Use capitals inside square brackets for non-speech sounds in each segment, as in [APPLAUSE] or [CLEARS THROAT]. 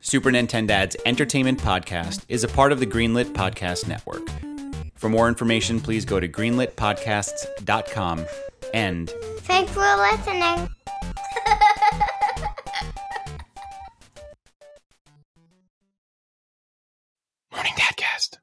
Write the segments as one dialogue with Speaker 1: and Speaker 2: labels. Speaker 1: Super Nintendad's entertainment podcast is a part of the Greenlit Podcast Network. For more information, please go to greenlitpodcasts.com and
Speaker 2: Thanks for listening.
Speaker 1: Morning Dadcast.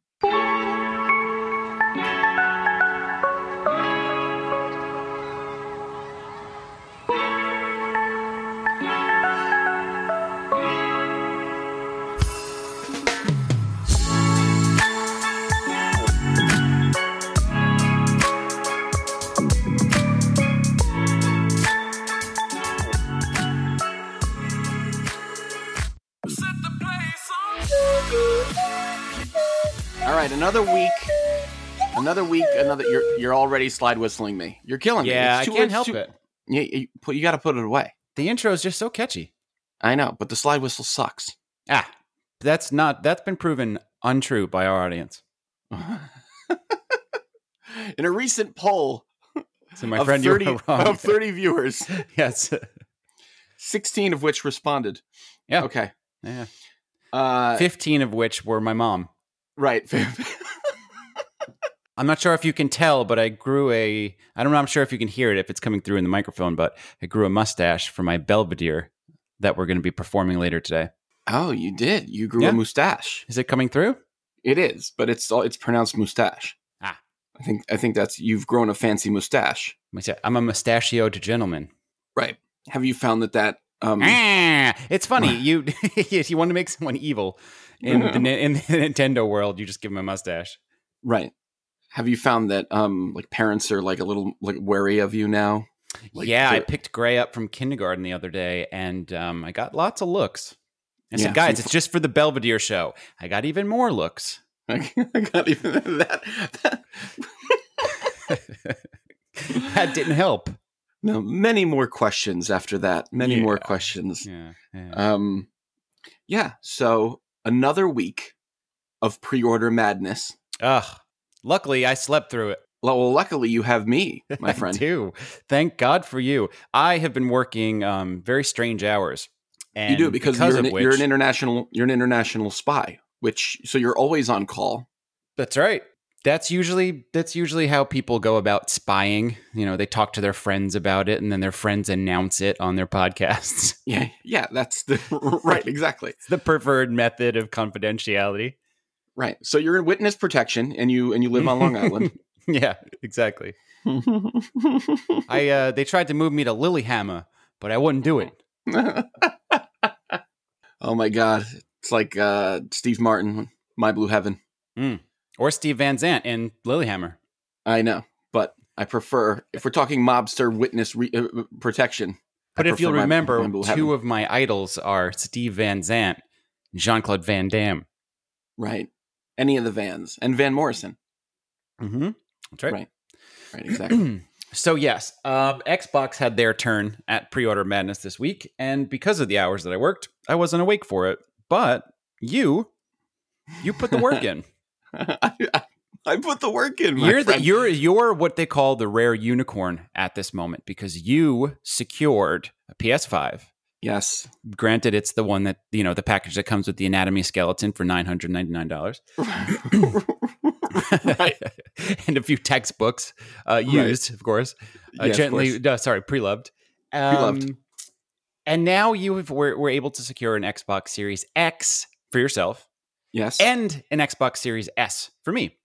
Speaker 3: Set the place on
Speaker 4: All right, another week, another week, another. You're you're already slide whistling me. You're killing
Speaker 1: Yeah,
Speaker 4: me.
Speaker 1: I
Speaker 4: It's too-
Speaker 1: can't
Speaker 4: it's
Speaker 1: help
Speaker 4: too-
Speaker 1: it.
Speaker 4: You, you, put- you got to put it away.
Speaker 1: The intro is just so catchy.
Speaker 4: I know, but the slide whistle sucks.
Speaker 1: Ah, that's not that's been proven untrue by our audience.
Speaker 4: In a recent poll,
Speaker 1: So my
Speaker 4: of
Speaker 1: friend,
Speaker 4: 30,
Speaker 1: you were wrong.
Speaker 4: of thirty viewers,
Speaker 1: [LAUGHS] yes.
Speaker 4: sixteen of which responded.
Speaker 1: Yeah.
Speaker 4: Okay.
Speaker 1: Yeah.
Speaker 4: Uh,
Speaker 1: Fifteen of which were my mom.
Speaker 4: right. [LAUGHS]
Speaker 1: I'm not sure if you can tell, but I grew a. I don't know. I'm sure if you can hear it if it's coming through in the microphone, but I grew a mustache for my Belvedere that we're going to be performing later today.
Speaker 4: oh, you did. You grew
Speaker 1: Yeah.
Speaker 4: a mustache.
Speaker 1: Is it coming through?
Speaker 4: It is, but it's all it's pronounced mustache.
Speaker 1: Ah.
Speaker 4: I think I think that's you've grown a fancy mustache.
Speaker 1: Musta- I'm a mustachioed gentleman.
Speaker 4: Right. Have you found that that um
Speaker 1: Ah, it's
Speaker 4: [LAUGHS]
Speaker 1: funny. You [LAUGHS] if you want to make someone evil in the, Ni- in the [LAUGHS] Nintendo world, you just give them a mustache.
Speaker 4: Right. Have you found that um like parents are like a little like wary of you now? Like,
Speaker 1: yeah, I
Speaker 4: they're-
Speaker 1: picked Gray up from kindergarten the other day, and um, I got lots of looks. I
Speaker 4: Yeah,
Speaker 1: said, "Guys,
Speaker 4: so-
Speaker 1: it's just for the Belvedere show." I got even more looks. [LAUGHS]
Speaker 4: [LAUGHS] Like, I got even [LAUGHS] that. that-
Speaker 1: that didn't help.
Speaker 4: No, many more questions after that. Many more
Speaker 1: Yeah.
Speaker 4: questions.
Speaker 1: Yeah, yeah.
Speaker 4: Um yeah, so another week of pre-order madness.
Speaker 1: Ugh. Luckily, I slept through it.
Speaker 4: Lu- Well, luckily you have
Speaker 1: [LAUGHS]
Speaker 4: me, my
Speaker 1: I
Speaker 4: friend.
Speaker 1: do. Thank God for you. I have been working um, very strange hours. And
Speaker 4: you do because, you're,
Speaker 1: of
Speaker 4: an,
Speaker 1: which,
Speaker 4: you're an international you're an international spy, which so you're always on call.
Speaker 1: That's right. That's usually that's usually how people go about spying. You know, they talk to their friends about it, and then their friends announce it on their [LAUGHS] podcasts.
Speaker 4: Yeah, yeah, that's the [LAUGHS] right, exactly.
Speaker 1: It's the preferred method of confidentiality.
Speaker 4: Right. So you're in witness protection and you and you live on Long Island.
Speaker 1: [LAUGHS]
Speaker 4: [LAUGHS]
Speaker 1: Yeah, exactly.
Speaker 4: I
Speaker 1: I uh, they tried to move me to Lilyhammer, but I wouldn't do it.
Speaker 4: oh my god, it's like uh, Steve Martin, My Blue Heaven.
Speaker 1: Or Steve Van Zant in Lilyhammer.
Speaker 4: I know, but I prefer if we're talking mobster witness re- uh, protection.
Speaker 1: But
Speaker 4: I
Speaker 1: if you'll
Speaker 4: prefer My-
Speaker 1: remember,
Speaker 4: My Blue
Speaker 1: two
Speaker 4: Heaven.
Speaker 1: of my idols are Steve Van Zant, Jean Claude Van Damme.
Speaker 4: right, any of the Vans and Van Morrison.
Speaker 1: Mm-hmm. That's right.
Speaker 4: Right. Right, exactly. [LAUGHS]
Speaker 1: [CLEARS THROAT] so yes, um, Xbox had their turn at pre-order madness this week, and because of the hours that I worked, I wasn't awake for it. But you, you put the
Speaker 4: [LAUGHS]
Speaker 1: work in.
Speaker 4: I, I- I put the work in. My
Speaker 1: you're the,
Speaker 4: friend.
Speaker 1: you're you're what they call the rare unicorn at this moment because you secured a PS5. [COUGHS]
Speaker 4: yes, [COUGHS]
Speaker 1: Granted, it's the one that you know the package that comes with the anatomy skeleton for nine hundred ninety nine dollars.
Speaker 4: [LAUGHS] Right.
Speaker 1: [LAUGHS] and a few textbooks uh, used, of course, uh,
Speaker 4: Yes, of
Speaker 1: gently.
Speaker 4: course.
Speaker 1: uh, sorry, pre-loved.
Speaker 4: Pre-loved.
Speaker 1: Um, And now you have, were, were able to secure an Xbox Series X for yourself
Speaker 4: yes,
Speaker 1: and an Xbox Series S for me.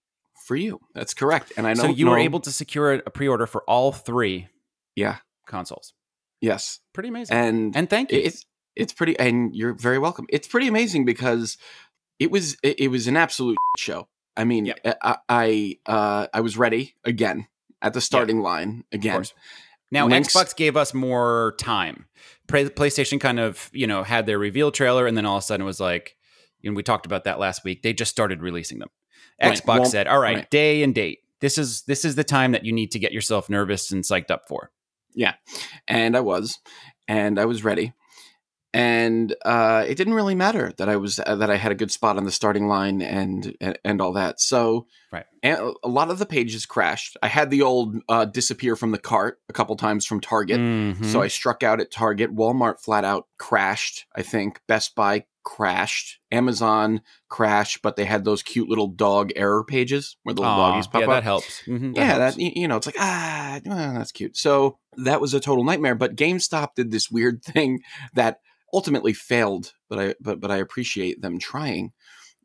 Speaker 4: for you. That's correct. And I know
Speaker 1: So you were
Speaker 4: know-
Speaker 1: able to secure a pre-order for all three
Speaker 4: Yeah.
Speaker 1: consoles.
Speaker 4: Yes,
Speaker 1: Pretty amazing. And,
Speaker 4: and
Speaker 1: thank you.
Speaker 4: it's it's pretty and you're very welcome it's pretty amazing because it was it, it was an absolute [LAUGHS] show i mean
Speaker 1: Yep.
Speaker 4: I, I uh i was ready again at the starting line
Speaker 1: of
Speaker 4: again
Speaker 1: course. Now
Speaker 4: Link's-
Speaker 1: Xbox gave us more time. Play- PlayStation kind of, you know, had their reveal trailer and then all of a sudden it was like, and we talked about that last week. They just started releasing them.
Speaker 4: Right.
Speaker 1: Xbox
Speaker 4: Well,
Speaker 1: said, "All right,
Speaker 4: right.
Speaker 1: day and date. This is this is the time that you need to get yourself nervous and psyched up for."
Speaker 4: and i was and i was ready and uh it didn't really matter that i was uh, that i had a good spot on the starting line and and, and all that so
Speaker 1: Right.
Speaker 4: and a lot of the pages crashed i had the old uh disappear from the cart a couple times from target
Speaker 1: Mhm.
Speaker 4: So I struck out at Target. Walmart flat out crashed, I think. Best Buy crashed. Amazon crashed, but they had those cute little dog error pages where the little
Speaker 1: Aw,
Speaker 4: doggies pop
Speaker 1: yeah,
Speaker 4: up.
Speaker 1: that helps. Mhm,
Speaker 4: yeah,
Speaker 1: helps.
Speaker 4: that y- you know, it's like ah, well, that's cute. So that was a total nightmare. But GameStop did this weird [LAUGHS] thing that ultimately failed, but I but but I appreciate them trying.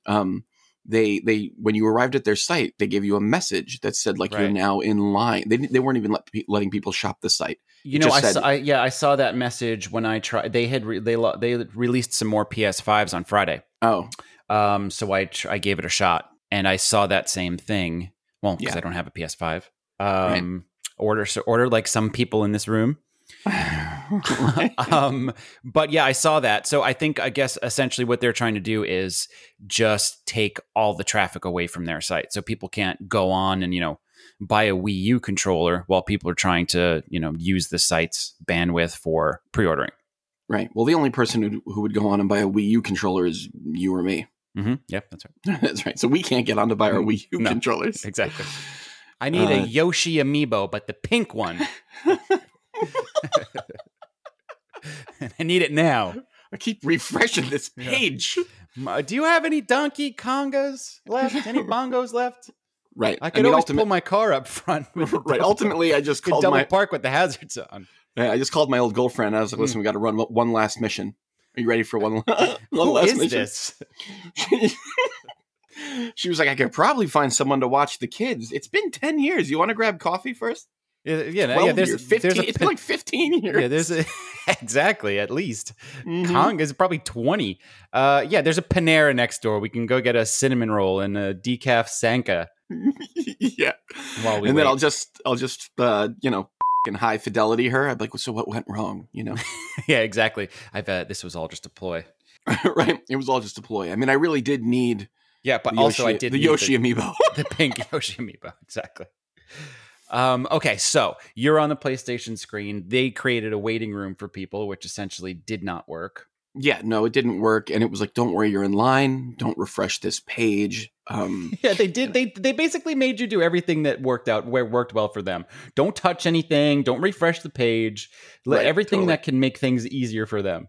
Speaker 4: Um, they they when you arrived at their site, they gave you a message that said like you're
Speaker 1: Right.
Speaker 4: now in line. They didn't- they weren't even let, pe- letting people shop the site.
Speaker 1: You know,
Speaker 4: just
Speaker 1: I,
Speaker 4: said-
Speaker 1: saw, I yeah, I saw that message when I tried. They had re- they lo- they released some more PS5s on Friday,
Speaker 4: Oh,
Speaker 1: um, so I tr- I gave it a shot, and I saw that same thing. Well, because
Speaker 4: Yeah.
Speaker 1: I don't have a PS5. Um, Order so order like some people in this [LAUGHS] room.
Speaker 4: [LAUGHS]
Speaker 1: um, but yeah, I saw that. So I think I guess essentially what they're trying to do is just take all the traffic away from their site, so people can't go on and you know buy a Wii U controller while people are trying to you know use the site's bandwidth for pre-ordering.
Speaker 4: right. Well, the only person who who would go on and buy a Wii U controller is you or me. [LAUGHS]
Speaker 1: Mm-hmm. Yep, that's right.
Speaker 4: that's right. So we can't get on to buy our Wii U
Speaker 1: Mm, No,
Speaker 4: controllers.
Speaker 1: exactly. I need a
Speaker 4: Uh,
Speaker 1: Yoshi amiibo, but the pink
Speaker 4: [LAUGHS]
Speaker 1: one. [LAUGHS] I need it now.
Speaker 4: I keep refreshing this
Speaker 1: Yeah.
Speaker 4: page.
Speaker 1: Ma- Do you have any Donkey Kongas left?
Speaker 4: [LAUGHS]
Speaker 1: Any bongos left?
Speaker 4: Right.
Speaker 1: I could
Speaker 4: mean,
Speaker 1: always
Speaker 4: ultimate-
Speaker 1: pull my car up
Speaker 4: [LAUGHS]
Speaker 1: front. with the
Speaker 4: right.
Speaker 1: double-
Speaker 4: Ultimately, I
Speaker 1: [LAUGHS]
Speaker 4: just
Speaker 1: could
Speaker 4: called
Speaker 1: double
Speaker 4: my
Speaker 1: park with the hazards
Speaker 4: [LAUGHS]
Speaker 1: on.
Speaker 4: I just called my old girlfriend. I
Speaker 1: Mm.
Speaker 4: was like, "Listen, we got to run one- one last mission. Are you ready for one
Speaker 1: [LAUGHS]
Speaker 4: la- [LAUGHS] one
Speaker 1: Who
Speaker 4: last
Speaker 1: is
Speaker 4: mission?"
Speaker 1: this?
Speaker 4: she was like, "I could probably find someone to watch the kids. It's been ten years. You want to grab coffee first?
Speaker 1: Yeah, Uh, yeah,
Speaker 4: Twelve
Speaker 1: yeah, there's,
Speaker 4: years, fifteen.
Speaker 1: there's a [LAUGHS]
Speaker 4: it's been like fifteen years.
Speaker 1: yeah, there's a, [LAUGHS] exactly at least
Speaker 4: Mhm.
Speaker 1: Konga's probably twenty. Uh, yeah, there's a Panera next door. We can go get a cinnamon roll and a decaf Sanka.
Speaker 4: [LAUGHS] yeah.
Speaker 1: While we
Speaker 4: and then
Speaker 1: wait.
Speaker 4: I'll just, I'll just, uh, you know, [LAUGHS] in high fidelity her. I'd be like, so what went wrong?
Speaker 1: [LAUGHS]
Speaker 4: You know, [LAUGHS]
Speaker 1: yeah, exactly. I bet this was all just a ploy.
Speaker 4: right? It was all just a ploy. I mean, I really did need,
Speaker 1: Yeah, but
Speaker 4: the
Speaker 1: also I
Speaker 4: Yoshi-
Speaker 1: did
Speaker 4: the
Speaker 1: need [LAUGHS]
Speaker 4: Yoshi amiibo. [LAUGHS]
Speaker 1: the, the pink Yoshi amiibo. Exactly. Um, okay, so you're on the PlayStation screen. They created a waiting room for people, which essentially did not work.
Speaker 4: yeah, no, it didn't work, and it was like, don't worry, you're in line. Don't refresh this page. Um,
Speaker 1: [LAUGHS] Yeah, they did. They they basically made you do everything that worked out where worked well for them. Don't touch anything. Don't refresh the page. Let
Speaker 4: Right,
Speaker 1: everything
Speaker 4: totally.
Speaker 1: that can make things easier for [LAUGHS] them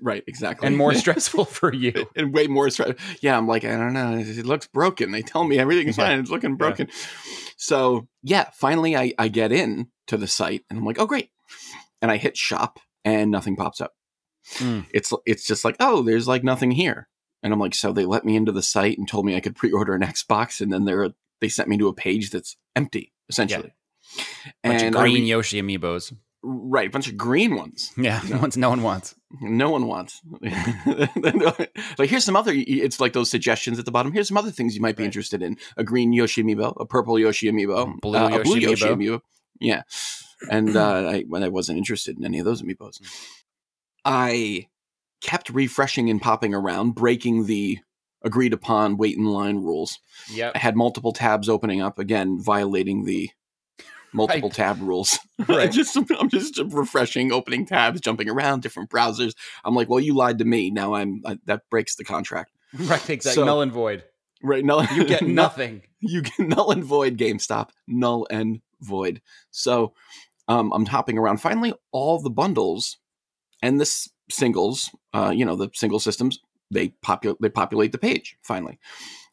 Speaker 4: right, exactly,
Speaker 1: and more stressful [LAUGHS] for you.
Speaker 4: [LAUGHS] and way more stress. Yeah, I'm like, I don't know. It it looks broken. They tell me everything's
Speaker 1: Yeah.
Speaker 4: fine. It's looking broken. So yeah, finally, I I get in to the site, and I'm like, oh great, and I hit shop, and nothing pops up.
Speaker 1: Mm.
Speaker 4: It's it's just like, oh, there's like nothing here, and I'm like, so they let me into the site and told me I could pre-order an Xbox, and then they're they sent me to a page that's empty essentially.
Speaker 1: Bunch of
Speaker 4: I
Speaker 1: green
Speaker 4: re-
Speaker 1: Yoshi amiibos. [LAUGHS]
Speaker 4: right, a bunch of green ones.
Speaker 1: Yeah,
Speaker 4: No.
Speaker 1: ones no one wants.
Speaker 4: No one wants. [LAUGHS] like here's some other. It's like those suggestions at the bottom. Here's some other things you might be
Speaker 1: Right. Mm,
Speaker 4: interested in: a green Yoshi amiibo, a purple Yoshi amiibo,
Speaker 1: Blue
Speaker 4: uh, a blue
Speaker 1: Yoshi
Speaker 4: Yoshi
Speaker 1: amiibo.
Speaker 4: amiibo. Yeah, and uh, I, when I wasn't interested in any of those amiibos,
Speaker 1: Mm.
Speaker 4: I kept refreshing and popping around, breaking the agreed upon wait in line rules. I
Speaker 1: Yep.
Speaker 4: had multiple tabs opening up again, violating the multiple
Speaker 1: Right. [LAUGHS]
Speaker 4: tab rules. [LAUGHS] I
Speaker 1: Right.
Speaker 4: just I'm just refreshing, opening tabs, jumping around different browsers. I'm like, well, you lied to me. Now I'm I, that breaks the contract,
Speaker 1: [LAUGHS] Right. Exactly.
Speaker 4: So-
Speaker 1: Null and void.
Speaker 4: right? Null, [LAUGHS]
Speaker 1: You [LAUGHS] get
Speaker 4: null-
Speaker 1: nothing.
Speaker 4: You get [LAUGHS] null and void. GameStop, null and void. So um, I'm hopping around. Finally, all the bundles and the s- singles, uh, you know, the single systems, they populate they populate the page finally,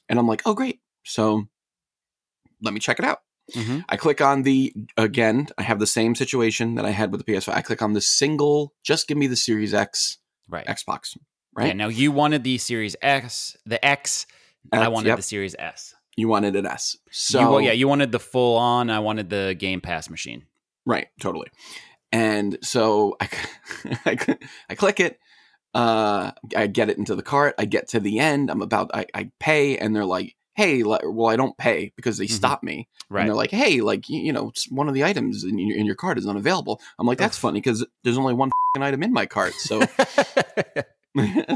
Speaker 4: and I'm like, oh great. So let me check it out.
Speaker 1: Mhm.
Speaker 4: I click on the again. I have the same situation that I had with the PS5. I click on the single. Just give me the Series X
Speaker 1: Right.
Speaker 4: Xbox.
Speaker 1: Yeah,
Speaker 4: Right.
Speaker 1: now you wanted the Series X, the X. I
Speaker 4: X,
Speaker 1: wanted
Speaker 4: yep.
Speaker 1: the Series S.
Speaker 4: You wanted an S.
Speaker 1: So
Speaker 4: So
Speaker 1: you, well, yeah, you wanted the full on. I wanted the Game Pass machine.
Speaker 4: right, totally. And so I, c- [LAUGHS] I, c- I click it. Uh, I get it into the cart. I get to the end. I'm about. I, I pay, and they're like, "Hey, li- well, I don't pay because they
Speaker 1: Mhm.
Speaker 4: stop me."
Speaker 1: Right. [LAUGHS]
Speaker 4: And they're like, "Hey, like you, you know, it's one of the items in your, in your cart is unavailable." I'm like, "That's
Speaker 1: Oof.
Speaker 4: funny because there's only one [LAUGHS] f***ing item in my
Speaker 1: [LAUGHS]
Speaker 4: cart." So [LAUGHS]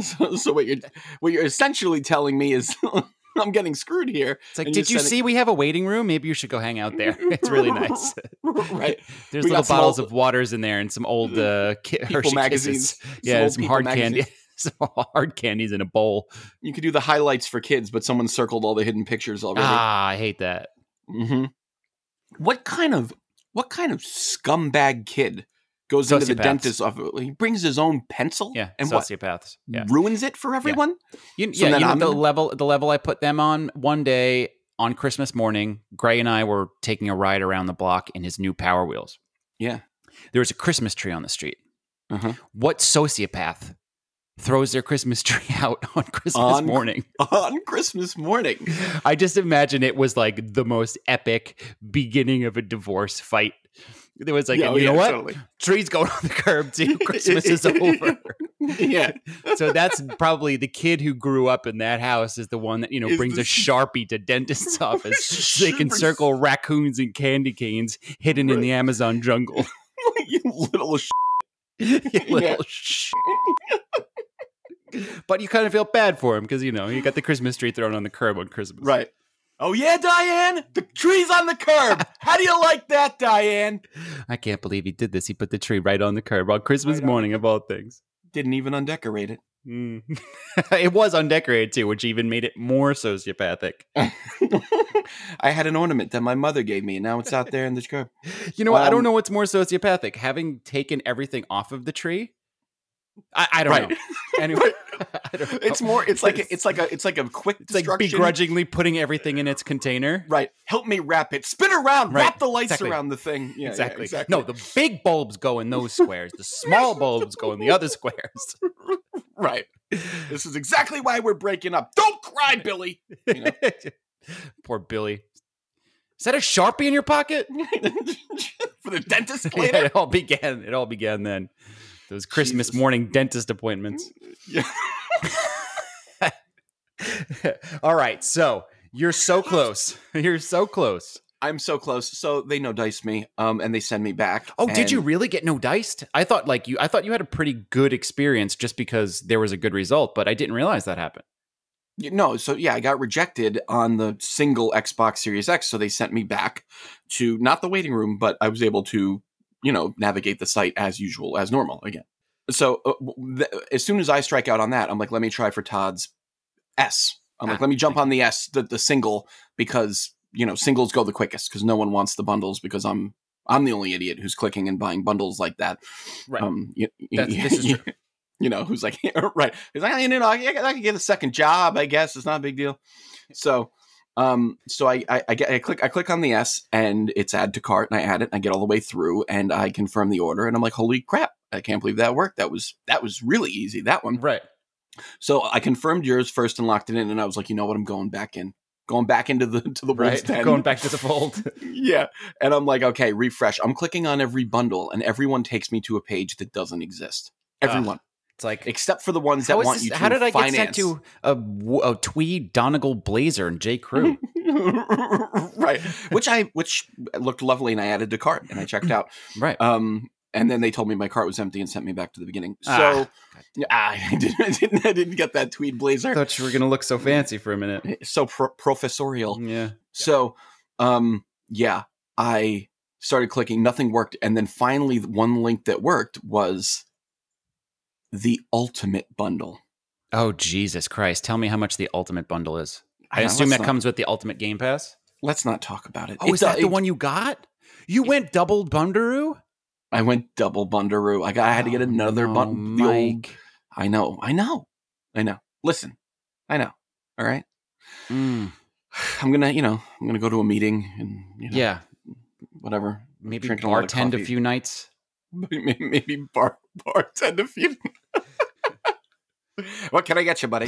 Speaker 4: so, so what you're what you're essentially telling me is [LAUGHS] I'm getting screwed here,
Speaker 1: It's like,
Speaker 4: And you
Speaker 1: did you
Speaker 4: said it-
Speaker 1: see we have a waiting room? Maybe you should go hang out there. [LAUGHS] It's really nice.
Speaker 4: [LAUGHS] right?
Speaker 1: There's
Speaker 4: We got
Speaker 1: little
Speaker 4: some
Speaker 1: bottles
Speaker 4: old-
Speaker 1: of waters in there and some old uh, ki- [LAUGHS]
Speaker 4: People
Speaker 1: Hershey
Speaker 4: magazines.
Speaker 1: Kisses. Yeah,
Speaker 4: old
Speaker 1: some
Speaker 4: people
Speaker 1: hard
Speaker 4: magazines.
Speaker 1: candy. [LAUGHS] Some hard candies in a bowl.
Speaker 4: You could do the highlights for kids, but someone circled all the hidden pictures already.
Speaker 1: Ah, I hate that.
Speaker 4: Mm-hmm. hmm What kind of what kind of scumbag kid goes into the
Speaker 1: Sociopaths.
Speaker 4: dentist's office. He brings his own pencil
Speaker 1: Yeah,
Speaker 4: and what
Speaker 1: sociopaths. Yeah,
Speaker 4: ruins it for everyone. [LAUGHS]
Speaker 1: you,
Speaker 4: So
Speaker 1: yeah,
Speaker 4: then
Speaker 1: you know
Speaker 4: I'm
Speaker 1: the
Speaker 4: gonna-
Speaker 1: level the level I put them on. One day on Christmas morning, Gray and I were taking a ride around the block in his new Power Wheels.
Speaker 4: Yeah.
Speaker 1: there was a Christmas tree on the street.
Speaker 4: Uh-huh.
Speaker 1: What sociopath throws their Christmas [LAUGHS] tree out on Christmas
Speaker 4: On-
Speaker 1: morning?
Speaker 4: on
Speaker 1: [LAUGHS]
Speaker 4: Christmas morning.
Speaker 1: I just imagine it was like the most epic beginning of a divorce fight. There was like,
Speaker 4: Yeah, oh
Speaker 1: and you
Speaker 4: yeah,
Speaker 1: know what?
Speaker 4: totally. [LAUGHS]
Speaker 1: Trees going on the curb too. Christmas is over. [LAUGHS]
Speaker 4: Yeah, [LAUGHS]
Speaker 1: So that's probably the kid who grew up in that house is the one that you know
Speaker 4: Is
Speaker 1: brings
Speaker 4: the-
Speaker 1: a sharpie to
Speaker 4: [LAUGHS]
Speaker 1: dentist's office so they can
Speaker 4: Super-
Speaker 1: circle raccoons and candy canes hidden in the Amazon
Speaker 4: [LAUGHS]
Speaker 1: jungle. [LAUGHS]
Speaker 4: you little. Sh-
Speaker 1: You little sh- but you kind of feel bad for him because you know you got the Christmas tree thrown on the curb on Christmas.
Speaker 4: right. Oh yeah, Diane. The tree's on
Speaker 1: [LAUGHS]
Speaker 4: the curb. How do you like that, Diane?
Speaker 1: I can't believe he did this. He put the tree right on the curb on Christmas
Speaker 4: Right on
Speaker 1: morning, of all things.
Speaker 4: Didn't even undecorate it.
Speaker 1: Mm. [LAUGHS] it was undecorated too, which even made it more sociopathic.
Speaker 4: [LAUGHS] I had an ornament that my mother gave me, and now it's out there in
Speaker 1: [LAUGHS]
Speaker 4: the curb.
Speaker 1: You know what? I don't
Speaker 4: Um,
Speaker 1: know what's more sociopathic: having taken everything off of the tree. I, I don't
Speaker 4: Right. [LAUGHS]
Speaker 1: know. Anyway, [LAUGHS] I don't know.
Speaker 4: It's more. It's like a,
Speaker 1: It's,
Speaker 4: it's like a it's like a quick
Speaker 1: it's like
Speaker 4: destruction.
Speaker 1: begrudgingly putting everything in its container.
Speaker 4: Right. Help me wrap it. Spin around.
Speaker 1: Right.
Speaker 4: Wrap the lights
Speaker 1: Exactly.
Speaker 4: around the thing. Yeah, yeah,
Speaker 1: [LAUGHS] exactly. No, the big bulbs go in those squares. The small bulbs go in the other
Speaker 4: [LAUGHS]
Speaker 1: squares. [LAUGHS]
Speaker 4: right. [LAUGHS] This is exactly why we're breaking up. Don't cry,
Speaker 1: [LAUGHS]
Speaker 4: Billy. You know? [LAUGHS]
Speaker 1: Poor Billy. Is that a sharpie in your pocket?
Speaker 4: For the dentist
Speaker 1: [LAUGHS] Yeah,
Speaker 4: later.
Speaker 1: it all began. It all began then. Those Christmas
Speaker 4: Jesus.
Speaker 1: morning dentist appointments.
Speaker 4: Yeah.
Speaker 1: [LAUGHS] all right, so you're so close. [LAUGHS] You're so close.
Speaker 4: I'm so close. So they no dice me, um, and they send me back.
Speaker 1: Oh, did
Speaker 4: And
Speaker 1: you really get no diced? I thought like you. I thought you had a pretty good experience just because there was a good result, but I didn't realize that happened.
Speaker 4: Y- No, so yeah, I got rejected on the single Xbox Series X, so they sent me back to not the waiting room, but I was able to, you know, navigate the site as usual, as normal again. So uh, w- th- as soon as I strike out on that, I'm like, let me try for Todd's S. I'm like,
Speaker 1: Ah,
Speaker 4: let me jump on the S, the, the single, because you know singles go the quickest because no one wants the bundles because I'm I'm the only idiot who's clicking and buying bundles like that.
Speaker 1: Right.
Speaker 4: Um, you,
Speaker 1: [LAUGHS] That's-
Speaker 4: [LAUGHS]
Speaker 1: this [LAUGHS] is true.
Speaker 4: you know, who's like, [LAUGHS] right. He's like, you know, I, I can get a second job, I guess. It's not a big
Speaker 1: [LAUGHS]
Speaker 4: deal. So, um, so I, I, I, get, I click, I click on the S and it's add to cart and I add it and I get all the way through and I confirm the order and I'm like, holy crap. I can't believe that worked. That was, that was really easy. That one.
Speaker 1: [LAUGHS] Right.
Speaker 4: So I confirmed yours first and locked it in. And I was like, you know what? I'm going back in, going back into the, to the
Speaker 1: [LAUGHS]
Speaker 4: wolf's
Speaker 1: Right.
Speaker 4: den.
Speaker 1: Going back to the [LAUGHS] fold.
Speaker 4: [LAUGHS] yeah. And I'm like, okay, refresh. I'm clicking on every bundle and everyone takes me to a page that doesn't exist.
Speaker 1: Ugh.
Speaker 4: Everyone
Speaker 1: It's like
Speaker 4: except for the ones
Speaker 1: how
Speaker 4: that
Speaker 1: is
Speaker 4: want
Speaker 1: this-
Speaker 4: you to
Speaker 1: how did I
Speaker 4: finance.
Speaker 1: get sent to a, w- a tweed Donegal blazer and J Crew?
Speaker 4: [LAUGHS] right which i which looked lovely and i added to cart and i
Speaker 1: [CLEARS THROAT]
Speaker 4: checked out
Speaker 1: [LAUGHS] right.
Speaker 4: um and then they told me my cart was empty and sent me back to the beginning so
Speaker 1: Ah.
Speaker 4: yeah, [LAUGHS] I, didn't, I didn't i didn't get that tweed
Speaker 1: I
Speaker 4: blazer
Speaker 1: thought you were gonna look
Speaker 4: [LAUGHS]
Speaker 1: so fancy for a minute.
Speaker 4: so pro- professorial
Speaker 1: Yeah.
Speaker 4: so um yeah i started clicking nothing worked and then finally the one link that worked was the ultimate bundle
Speaker 1: Oh Jesus Christ! Tell me how much the ultimate bundle is. I
Speaker 4: Now,
Speaker 1: assume
Speaker 4: let's
Speaker 1: that
Speaker 4: not-
Speaker 1: comes with the ultimate Game Pass.
Speaker 4: let's not talk about it
Speaker 1: Oh, is
Speaker 4: It-
Speaker 1: that the
Speaker 4: it-
Speaker 1: one you got? You went double Bundaroo.
Speaker 4: I went double Bundaroo. I got, I had to get another bun. The old,
Speaker 1: Oh, Mike.
Speaker 4: I know, I know, I know. Listen, I know. All right,
Speaker 1: Mm,
Speaker 4: I'm gonna, you know, I'm gonna go to a meeting and you know,
Speaker 1: yeah,
Speaker 4: whatever. [LAUGHS]
Speaker 1: maybe
Speaker 4: Drinking a lot of
Speaker 1: bartend a
Speaker 4: coffee.
Speaker 1: few nights.
Speaker 4: Maybe, maybe bar bartend a few. [LAUGHS] what can I get you,
Speaker 1: [LAUGHS]
Speaker 4: buddy?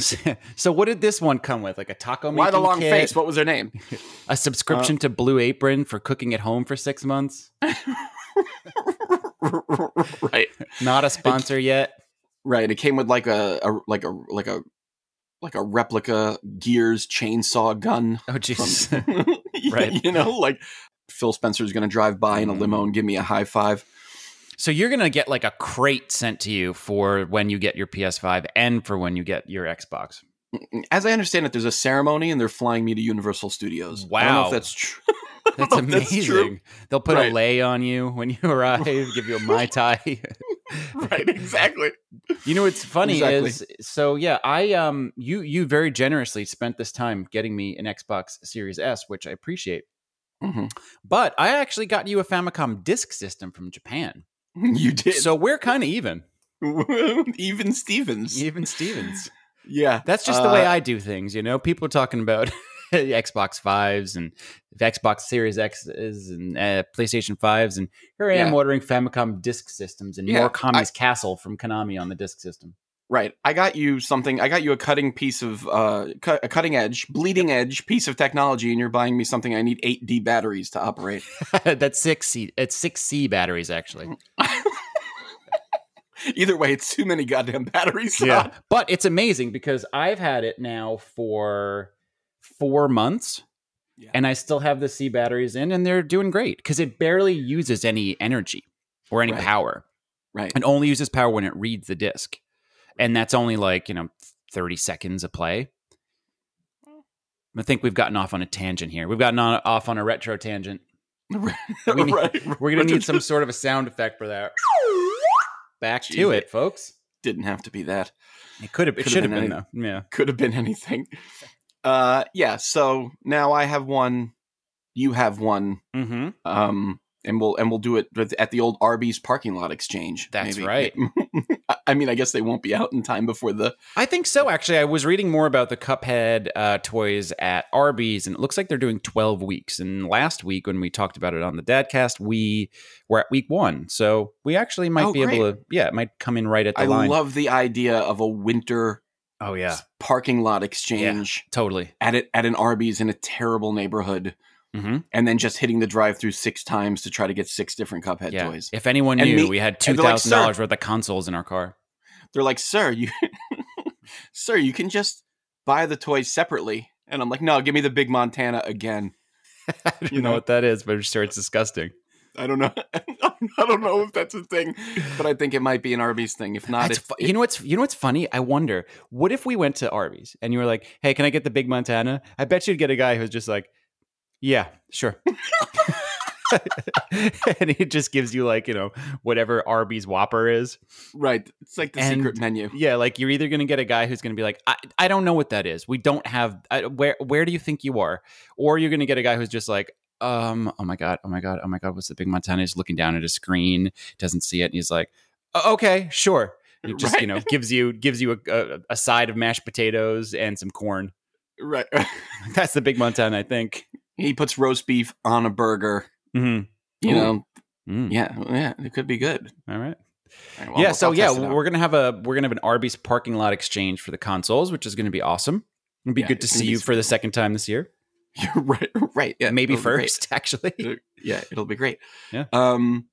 Speaker 1: so, what did this one come with? Like a taco
Speaker 4: [LAUGHS] Why the
Speaker 1: making
Speaker 4: long
Speaker 1: kit,
Speaker 4: face? Uh. What was
Speaker 1: [LAUGHS]
Speaker 4: her name?
Speaker 1: a subscription to Blue Apron for cooking at home for six months.
Speaker 4: right,
Speaker 1: Not a sponsor yet.
Speaker 4: right. It came with like a, a like a like a like a replica gears chainsaw gun.
Speaker 1: Oh
Speaker 4: [LAUGHS]
Speaker 1: Jesus!
Speaker 4: from-
Speaker 1: [LAUGHS] Right.
Speaker 4: [LAUGHS]
Speaker 1: Mm.
Speaker 4: You know, like Phil Spencer's going to drive by in a limo and give me a high five.
Speaker 1: so you're gonna get like a crate sent to you for when you get your PS5 and for when you get your
Speaker 4: [LAUGHS]
Speaker 1: Xbox.
Speaker 4: As I understand it, there's a ceremony and they're flying me to Universal Studios. I don't know
Speaker 1: Wow.
Speaker 4: if
Speaker 1: [LAUGHS]
Speaker 4: that's true.
Speaker 1: That's
Speaker 4: don't know if that's
Speaker 1: amazing.
Speaker 4: true.
Speaker 1: They'll put a
Speaker 4: Right.
Speaker 1: lay on you when you [LAUGHS] arrive. give you a
Speaker 4: [LAUGHS]
Speaker 1: mai tai.
Speaker 4: right, exactly.
Speaker 1: You [LAUGHS] know what's funny
Speaker 4: Exactly.
Speaker 1: is so yeah, I um you you very generously spent this time getting me an Xbox Series S, which I appreciate.
Speaker 4: Mhm.
Speaker 1: But I actually got you a Famicom disk system from Japan.
Speaker 4: [LAUGHS] You did.
Speaker 1: So we're kind of even,
Speaker 4: [LAUGHS] even Stevens.
Speaker 1: even Stevens.
Speaker 4: Yeah.
Speaker 1: That's just the way
Speaker 4: Uh,
Speaker 1: I do things, you know. People are talking about [LAUGHS] Xbox Fives and Xbox Series X's and uh, PlayStation Fives, and here I am
Speaker 4: Yeah.
Speaker 1: ordering Famicom Disk Systems and
Speaker 4: Yeah,
Speaker 1: more Kami's Castle from Konami on the Disk System.
Speaker 4: Right. I got you something. I got you a cutting piece of uh, cu- a cutting edge, bleeding edge piece of technology, and you're buying me something I need 8D batteries to
Speaker 1: [LAUGHS]
Speaker 4: operate.
Speaker 1: [LAUGHS] That's six C. It's six C batteries actually.
Speaker 4: Either way, it's too many goddamn batteries.
Speaker 1: Uh, but it's amazing because I've had it now for four months,
Speaker 4: Yeah.
Speaker 1: and I still have the C batteries in, and they're doing great because it barely uses any energy or any
Speaker 4: Right.
Speaker 1: power.
Speaker 4: [LAUGHS] Right.
Speaker 1: and only uses power when it reads the disc. And that's only like, you know, 30 seconds of play. I think we've gotten off on a tangent here. We've gotten on, off on a retro tangent. We need-
Speaker 4: [LAUGHS] right.
Speaker 1: We're going to need some sort of a sound effect for that. Back to
Speaker 4: Jeez.
Speaker 1: it, folks.
Speaker 4: Didn't have to be that.
Speaker 1: It could have, it
Speaker 4: Could've
Speaker 1: should have
Speaker 4: been
Speaker 1: been, though. Yeah.
Speaker 4: Could have been anything. Uh, yeah. So now I have one. You have one.
Speaker 1: Mm-hmm.
Speaker 4: Um, and we'll and we'll do it with, at the old Arby's parking lot exchange.
Speaker 1: That's right.
Speaker 4: [LAUGHS] I- I mean, I guess they won't be out in time before the
Speaker 1: I think so, actually. I was reading more about the Cuphead uh, toys at Arby's, and it looks like they're doing 12 weeks. And last week, when we talked about it on the Dadcast, we were at week one. So we actually might
Speaker 4: Oh,
Speaker 1: be able to, yeah, it might come in right at the
Speaker 4: I
Speaker 1: line.
Speaker 4: love the idea of a winter
Speaker 1: oh, yeah.
Speaker 4: s- parking lot exchange
Speaker 1: Totally.
Speaker 4: at it at an Arby's in a terrible neighborhood,
Speaker 1: Mm-hmm.
Speaker 4: and then just hitting the drive-through six times to try to get six different Cuphead
Speaker 1: Yeah.
Speaker 4: toys.
Speaker 1: If anyone
Speaker 4: And
Speaker 1: knew,
Speaker 4: me-
Speaker 1: we had two
Speaker 4: and they're like,
Speaker 1: thousand dollars worth of consoles in our car. [LAUGHS]
Speaker 4: They're like, "Sir, you, [LAUGHS] sir, you can just buy the toys separately." And I'm like, "No, give me the big Montana again."
Speaker 1: I don't
Speaker 4: You
Speaker 1: know
Speaker 4: know?
Speaker 1: what that is, but I'm sure it's disgusting.
Speaker 4: I don't know. [LAUGHS] I don't know if that's a thing, but I think it might be an Arby's thing. If not,
Speaker 1: That's
Speaker 4: it's
Speaker 1: fu- you know what's you know what's funny? I wonder what if we went to Arby's and you were like, "Hey, can I get the Big Montana?" I bet you'd get a guy who's just like, "Yeah, sure." [LAUGHS] and he just gives you like you know whatever Arby's Whopper is.
Speaker 4: right. It's like the
Speaker 1: And-
Speaker 4: secret menu.
Speaker 1: Yeah, like you're either going to get a guy who's going to be like, I, I don't know what that is. We don't have I, where where do you think you are? Or you're going to get a guy who's just like, um, oh my god, oh my god, oh my god, what's the big Montana? He's looking down at his screen, doesn't see it, and he's like, "O- okay, sure. It
Speaker 4: [LAUGHS]
Speaker 1: just you know gives you gives you a, a, a side of mashed potatoes and some corn. [LAUGHS]
Speaker 4: Right. [LAUGHS]
Speaker 1: That's the big Montana, I think.
Speaker 4: he puts roast beef on a burger.
Speaker 1: hmm Ooh.
Speaker 4: You know,
Speaker 1: Mm,
Speaker 4: Yeah, yeah, it could be good.
Speaker 1: All right.
Speaker 4: All right, well,
Speaker 1: yeah.
Speaker 4: I'll-
Speaker 1: so
Speaker 4: I'll
Speaker 1: yeah,
Speaker 4: test it out.
Speaker 1: we're gonna have a we're gonna have an Arby's parking lot exchange for the consoles, which is gonna be awesome. It'd be
Speaker 4: Yeah,
Speaker 1: good to
Speaker 4: it's gonna
Speaker 1: see
Speaker 4: be
Speaker 1: you for the
Speaker 4: super cool.
Speaker 1: second time this year.
Speaker 4: [LAUGHS] You're right, right. Yeah,
Speaker 1: maybe
Speaker 4: it'll be great. Uh,
Speaker 1: first [LAUGHS] actually
Speaker 4: Yeah, it'll be great.
Speaker 1: Yeah.
Speaker 4: Um,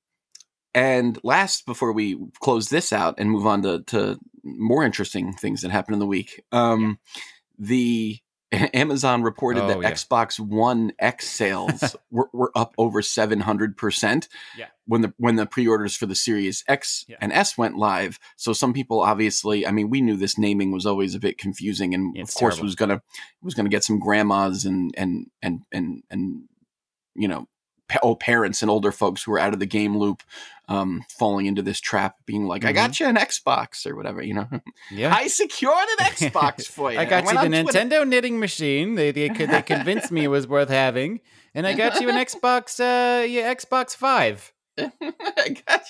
Speaker 4: and last, before we close this out and move on to to more interesting things that happened in the week, um, the [LAUGHS] Amazon reported
Speaker 1: Oh,
Speaker 4: that
Speaker 1: yeah.
Speaker 4: Xbox One
Speaker 1: [LAUGHS]
Speaker 4: X sales were, were up over seven hundred percent.
Speaker 1: Yeah.
Speaker 4: When the when the pre-orders for the Series X
Speaker 1: Yeah.
Speaker 4: and S went live, so some people obviously, I mean, we knew this naming was always a bit confusing, and
Speaker 1: It's
Speaker 4: of course
Speaker 1: terrible.
Speaker 4: was gonna was gonna get some grandmas and and and and and you know pa- oh, parents and older folks who are out of the game loop um, falling into this trap, being like, "I got you an Xbox" or whatever. You [LAUGHS] know,
Speaker 1: yeah
Speaker 4: I secured an [LAUGHS] Xbox for you.
Speaker 1: I got
Speaker 4: went
Speaker 1: you the
Speaker 4: on Twitter."
Speaker 1: Nintendo knitting machine. They, they co-
Speaker 4: [LAUGHS]
Speaker 1: they convinced me it was worth having, and I got you an Xbox uh yeah Xbox Five.
Speaker 4: [LAUGHS] I got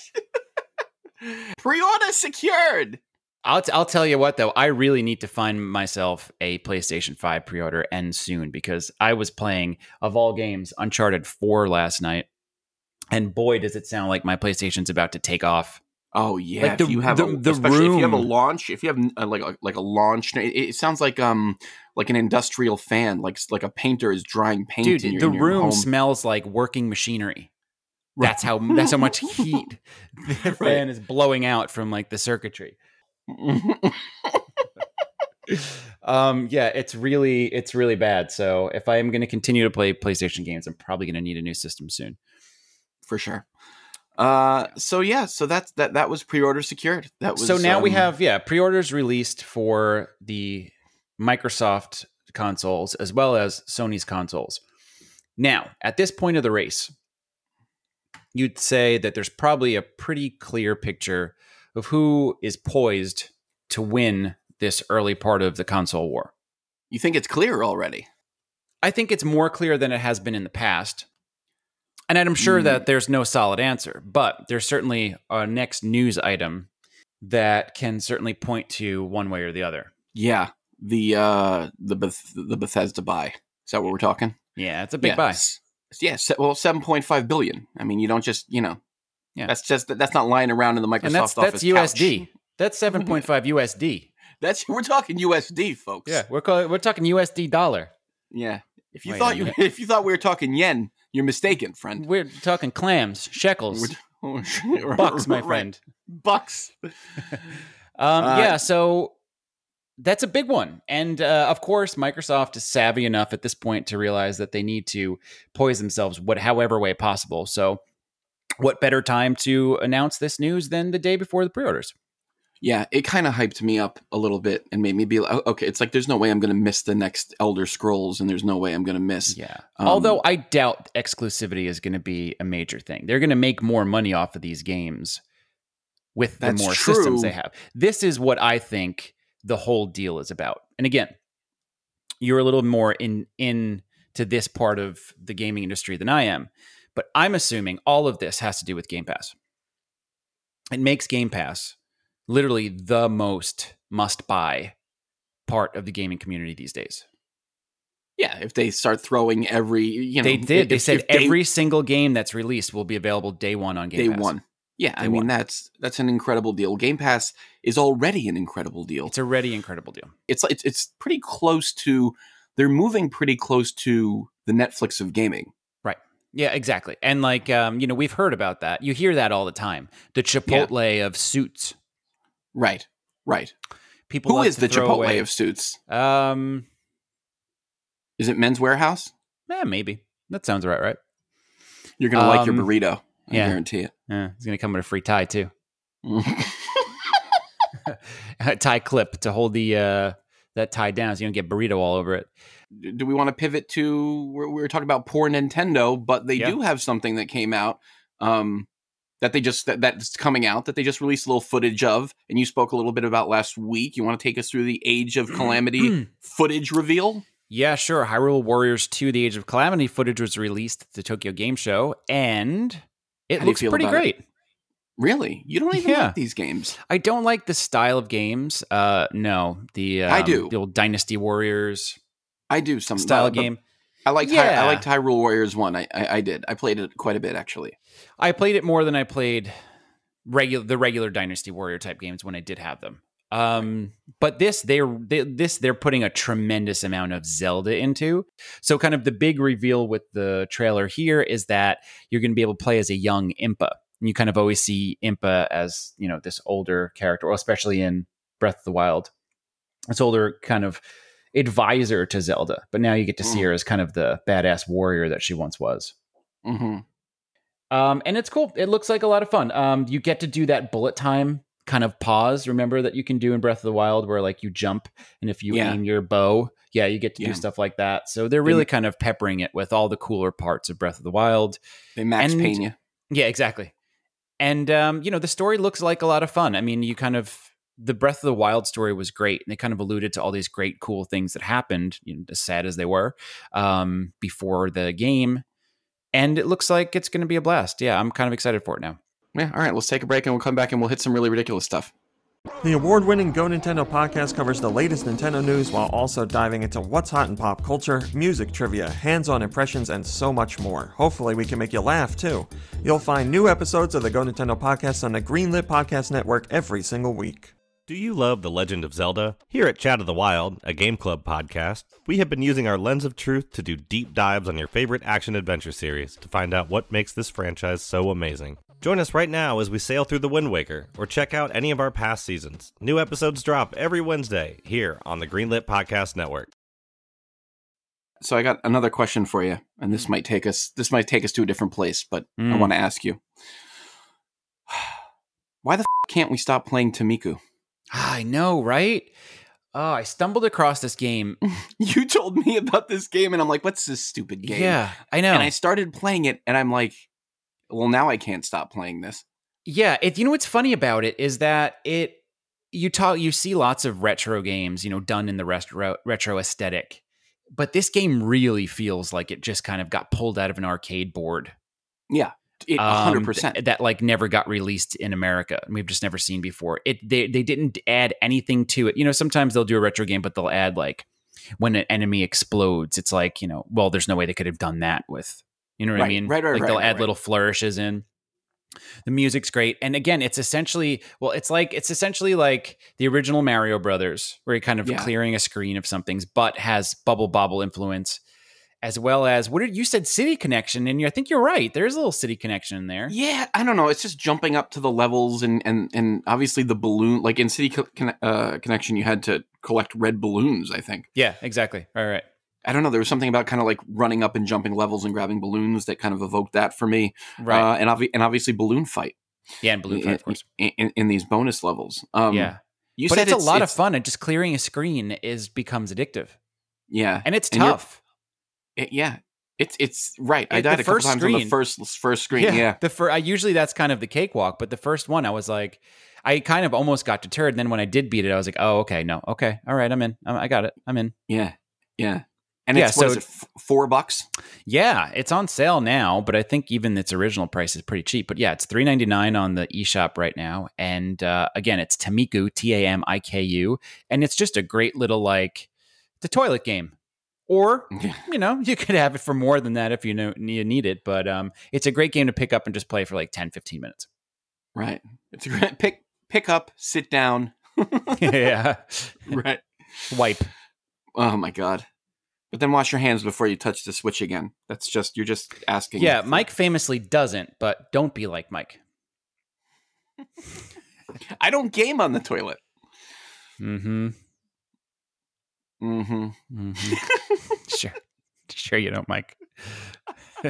Speaker 4: you. Pre-order secured.
Speaker 1: I'll t- I'll tell you what though, I really need to find myself a PlayStation Five pre-order and soon because I was playing of all games Uncharted Four last night, and boy does it sound like my PlayStation's about to take off.
Speaker 4: Oh yeah,
Speaker 1: Like the-
Speaker 4: if you have
Speaker 1: the-
Speaker 4: a,
Speaker 1: the
Speaker 4: especially if you have a
Speaker 1: room.
Speaker 4: launch, if you have uh, like a, like a launch, it, it sounds like um like an industrial fan, like like a painter is drying paint.
Speaker 1: Dude,
Speaker 4: in your,
Speaker 1: the
Speaker 4: in your
Speaker 1: room
Speaker 4: home.
Speaker 1: smells like working
Speaker 4: [LAUGHS]
Speaker 1: machinery. That's how that's how much heat the fan is blowing out from like the circuitry. um yeah it's really it's really bad so if i am going to continue to play playstation games i'm probably going to need a new system soon
Speaker 4: for sure. Uh, so yeah, so that's that. That was pre-order secured. That was
Speaker 1: so now we
Speaker 4: um,
Speaker 1: have yeah pre-orders released for the microsoft consoles as well as sony's consoles now at this point of the race you'd say that there's probably a pretty clear picture of who is poised to win this early part of the console war
Speaker 4: You think it's clear already?
Speaker 1: I think it's more clear than it has been in the past. And I'm sure
Speaker 4: Mm.
Speaker 1: that there's no solid answer, but there's certainly a next news item that can certainly point to one way or the other.
Speaker 4: Yeah, the uh the Beth- the Bethesda buy. Is that what we're talking?
Speaker 1: Yeah, it's a big
Speaker 4: yeah.
Speaker 1: buy.
Speaker 4: S- Yeah, se- well, seven point five billion. I mean, you don't just you know.
Speaker 1: Yeah.
Speaker 4: That's just that's not lying around in the Microsoft
Speaker 1: And that's
Speaker 4: office.
Speaker 1: that's USD.
Speaker 4: couch.
Speaker 1: That's 7.5 USD.
Speaker 4: [LAUGHS] That's we're talking USD, folks.
Speaker 1: Yeah, we're call- we're talking USD dollar.
Speaker 4: yeah. If you
Speaker 1: Wait a
Speaker 4: thought you
Speaker 1: minute.
Speaker 4: if you thought we were talking yen, you're mistaken, friend.
Speaker 1: We're talking clams, shekels,
Speaker 4: [LAUGHS]
Speaker 1: bucks, my
Speaker 4: Right.
Speaker 1: friend.
Speaker 4: Bucks.
Speaker 1: Um,
Speaker 4: Uh,
Speaker 1: yeah, so that's a big one. And uh, of course, Microsoft is savvy enough at this point to realize that they need to poise themselves what however way possible. So what better time to announce this news than the day before the pre-orders?
Speaker 4: Yeah, it kind of hyped me up a little bit and made me be like, oh, okay, it's like there's no way I'm going to miss the next Elder Scrolls, and there's no way I'm going to miss.
Speaker 1: Yeah.
Speaker 4: um,
Speaker 1: Although I doubt exclusivity is going to be a major thing. They're going to make more money off of these games with the
Speaker 4: That's
Speaker 1: more systems
Speaker 4: true.
Speaker 1: they have. This is what I think the whole deal is about. And again, you're a little more in in to this part of the gaming industry than I am, but I'm assuming all of this has to do with Game Pass. It makes Game Pass literally the most must buy part of the gaming community these days.
Speaker 4: Yeah, if they start throwing every, you know,
Speaker 1: they did.
Speaker 4: if-
Speaker 1: they said
Speaker 4: if day-
Speaker 1: every single game that's released will be available day one on Game
Speaker 4: day
Speaker 1: Pass.
Speaker 4: one. Yeah, I
Speaker 1: Day
Speaker 4: mean
Speaker 1: one.
Speaker 4: that's that's an incredible deal. Game Pass is already an incredible deal.
Speaker 1: It's already incredible deal.
Speaker 4: It's it's it's pretty close to. They're moving pretty close to the Netflix of gaming.
Speaker 1: Yeah, exactly. And like, um, you know, we've heard about that. You hear that all the time. The Chipotle of suits.
Speaker 4: Right, right.
Speaker 1: People.
Speaker 4: Who
Speaker 1: love
Speaker 4: is
Speaker 1: to
Speaker 4: the
Speaker 1: throw
Speaker 4: Chipotle
Speaker 1: away-
Speaker 4: of suits?
Speaker 1: Um,
Speaker 4: Is it Men's Warehouse?
Speaker 1: eh, maybe that sounds right. Right.
Speaker 4: You're gonna like your
Speaker 1: Um,
Speaker 4: burrito. I
Speaker 1: yeah.
Speaker 4: guarantee it.
Speaker 1: Yeah, it's gonna come with a free tie too. [LAUGHS]
Speaker 4: [LAUGHS]
Speaker 1: a tie clip to hold the uh that tie down, so you don't get burrito all over it.
Speaker 4: do we want to pivot to we're, we were talking about poor nintendo but they
Speaker 1: Yeah.
Speaker 4: do have something that came out um that they just that, that's coming out that they just released a little footage of and you spoke a little bit about last week you want to take us through the age
Speaker 1: [CLEARS THROAT]
Speaker 4: of
Speaker 1: Mm.
Speaker 4: calamity footage reveal
Speaker 1: Yeah, sure. Hyrule Warriors 2 The Age of Calamity footage was released at the Tokyo Game Show, and it
Speaker 4: How do you
Speaker 1: looks
Speaker 4: feel
Speaker 1: pretty
Speaker 4: about it?
Speaker 1: great.
Speaker 4: really you don't even
Speaker 1: Yeah.
Speaker 4: like these games
Speaker 1: I don't like the style of games. Uh, no, the um,
Speaker 4: I do.
Speaker 1: the old Dynasty Warriors
Speaker 4: i do some
Speaker 1: style
Speaker 4: but- but
Speaker 1: game.
Speaker 4: i liked Hy-
Speaker 1: Yeah.
Speaker 4: i liked hyrule warriors one I, I i did i played it quite a bit actually
Speaker 1: I played it more than I played regular the regular Dynasty Warrior type games when I did have them. Um, but this they're they, this they're putting a tremendous amount of Zelda into. So kind of the big reveal with the trailer here is that you're going to be able to play as a young Impa. And you kind of always see Impa as you know this older character, or especially in Breath of the Wild, this older kind of advisor to Zelda. But now you get to see
Speaker 4: Mm.
Speaker 1: her as kind of the badass warrior that she once was.
Speaker 4: hmm
Speaker 1: Um, and it's cool. It looks like a lot of fun. Um, you get to do that bullet time kind of pause. Remember that you can do in Breath of the Wild, where like you jump and if you
Speaker 4: Yeah.
Speaker 1: aim your bow, yeah, you get to
Speaker 4: Yeah.
Speaker 1: do stuff like that. So they're really kind of peppering it with all the cooler parts of Breath of the Wild.
Speaker 4: they max
Speaker 1: And-
Speaker 4: payne you
Speaker 1: Yeah, exactly. And um, you know, the story looks like a lot of fun. I mean, you kind of the Breath of the Wild story was great, and they kind of alluded to all these great, cool things that happened, you know, as sad as they were, um, before the game. And it looks like it's going to be a blast. Yeah, I'm kind of excited for it now.
Speaker 4: yeah all right let's take a break and we'll come back and we'll hit some really ridiculous stuff
Speaker 5: The award winning Go Nintendo podcast covers the latest Nintendo news while also diving into what's hot in pop culture, music trivia, hands on impressions, and so much more. Hopefully, we can make you laugh too. You'll find new episodes of the Go Nintendo podcast on the Greenlit Podcast Network every single week.
Speaker 6: Do you love The Legend of Zelda? Here at Chat of the Wild, a game club podcast, we have been using our lens of truth to do deep dives on your favorite action adventure series to find out what makes this franchise so amazing. Join us right now as we sail through The Wind Waker or check out any of our past seasons. New episodes drop every Wednesday here on the Greenlit Podcast Network.
Speaker 4: so I got another question for you, and this might take us this might take us to a different place, but I
Speaker 1: Mm.
Speaker 4: want to ask you. [SIGHS] Why the f- can't we stop playing Tamiku? [LAUGHS]
Speaker 1: Ah, I know, right? Oh, I stumbled across this game.
Speaker 4: You told me about this game and I'm like, what's this stupid [LAUGHS] game?
Speaker 1: Yeah, I know.
Speaker 4: And I started playing it and I'm like, well now I can't stop playing this.
Speaker 1: Yeah, it, you know what's funny about it is that it you talk you see lots of retro games, you know, done in the retro retro aesthetic. But this game really feels like it just kind of got pulled out of an arcade board
Speaker 4: It,
Speaker 1: um,
Speaker 4: 100%.
Speaker 1: th- that like never got released in America and we've just never seen before. It they they didn't add anything to it. You know, sometimes they'll do a retro game, but they'll add like when an enemy explodes, it's like you know, well, there's no way they could have done that with. You know what I
Speaker 4: Right,
Speaker 1: mean?
Speaker 4: right, right,
Speaker 1: like
Speaker 4: right,
Speaker 1: they'll
Speaker 4: right,
Speaker 1: add
Speaker 4: right.
Speaker 1: little flourishes in. The music's great, and again, it's essentially well, it's like it's essentially like the original Mario Brothers, where you're kind of
Speaker 4: Yeah.
Speaker 1: clearing a screen of something's, but has bubble bobble influence. As well as what did you said city connection, and you, I think you're right. There's a little city connection in there.
Speaker 4: Yeah, I don't know. It's just jumping up to the levels, and and and obviously the balloon, like in City Co- Conne- uh, Connection, you had to collect red balloons. I think
Speaker 1: Yeah, exactly. All
Speaker 4: Uh,
Speaker 1: right.
Speaker 4: I don't know. There was something about kind of like running up and jumping levels and grabbing balloons that kind of evoked that for me.
Speaker 1: Right.
Speaker 4: Uh, and obvi- and obviously balloon fight.
Speaker 1: yeah, and Blue Fire, of
Speaker 4: in,
Speaker 1: course.
Speaker 4: in, in- in these bonus levels. Um,
Speaker 1: yeah.
Speaker 4: you
Speaker 1: But
Speaker 4: said
Speaker 1: it's, a lot of fun and just clearing a screen is becomes addictive.
Speaker 4: Yeah,
Speaker 1: And it's
Speaker 4: And you're-
Speaker 1: tough.
Speaker 4: it- yeah. It's it's right. I
Speaker 1: It- the
Speaker 4: died a couple
Speaker 1: first
Speaker 4: times on the
Speaker 1: screen-
Speaker 4: first first screen. Yeah,
Speaker 1: The fir- I usually that's kind of the cakewalk, but the first one I was like I kind of almost got deterred. And then when I did beat it, I was like, oh, okay, no. Okay. All right, I'm in. I'm, I got it. I'm in.
Speaker 4: yeah, yeah. And
Speaker 1: Yeah,
Speaker 4: it's
Speaker 1: so-
Speaker 4: what is it, f- four bucks?
Speaker 1: Yeah, it's on sale now, but I think even its original price is pretty cheap. But yeah, it's three ninety nine on the eShop right now, and uh, again, it's Tamiku T A M I K U, and it's just a great little like the toilet game, or
Speaker 4: Yeah.
Speaker 1: you know you could have it for more than that if you know you need it, but um, it's a great game to pick up and just play for like 10, 15 minutes.
Speaker 4: Right. It's a great [LAUGHS] pick pick up,
Speaker 1: [LAUGHS]
Speaker 4: sit down.
Speaker 1: yeah,
Speaker 4: Right.
Speaker 1: wipe.
Speaker 4: Oh my god. But then wash your hands before you touch the switch again. That's just you're just asking.
Speaker 1: Yeah,
Speaker 4: for-
Speaker 1: Mike famously doesn't, but don't be like Mike.
Speaker 4: I don't game on the toilet.
Speaker 1: Mm-hmm.
Speaker 4: Mm-hmm.
Speaker 1: mm-hmm. sure, sure you don't, Mike.
Speaker 4: Uh,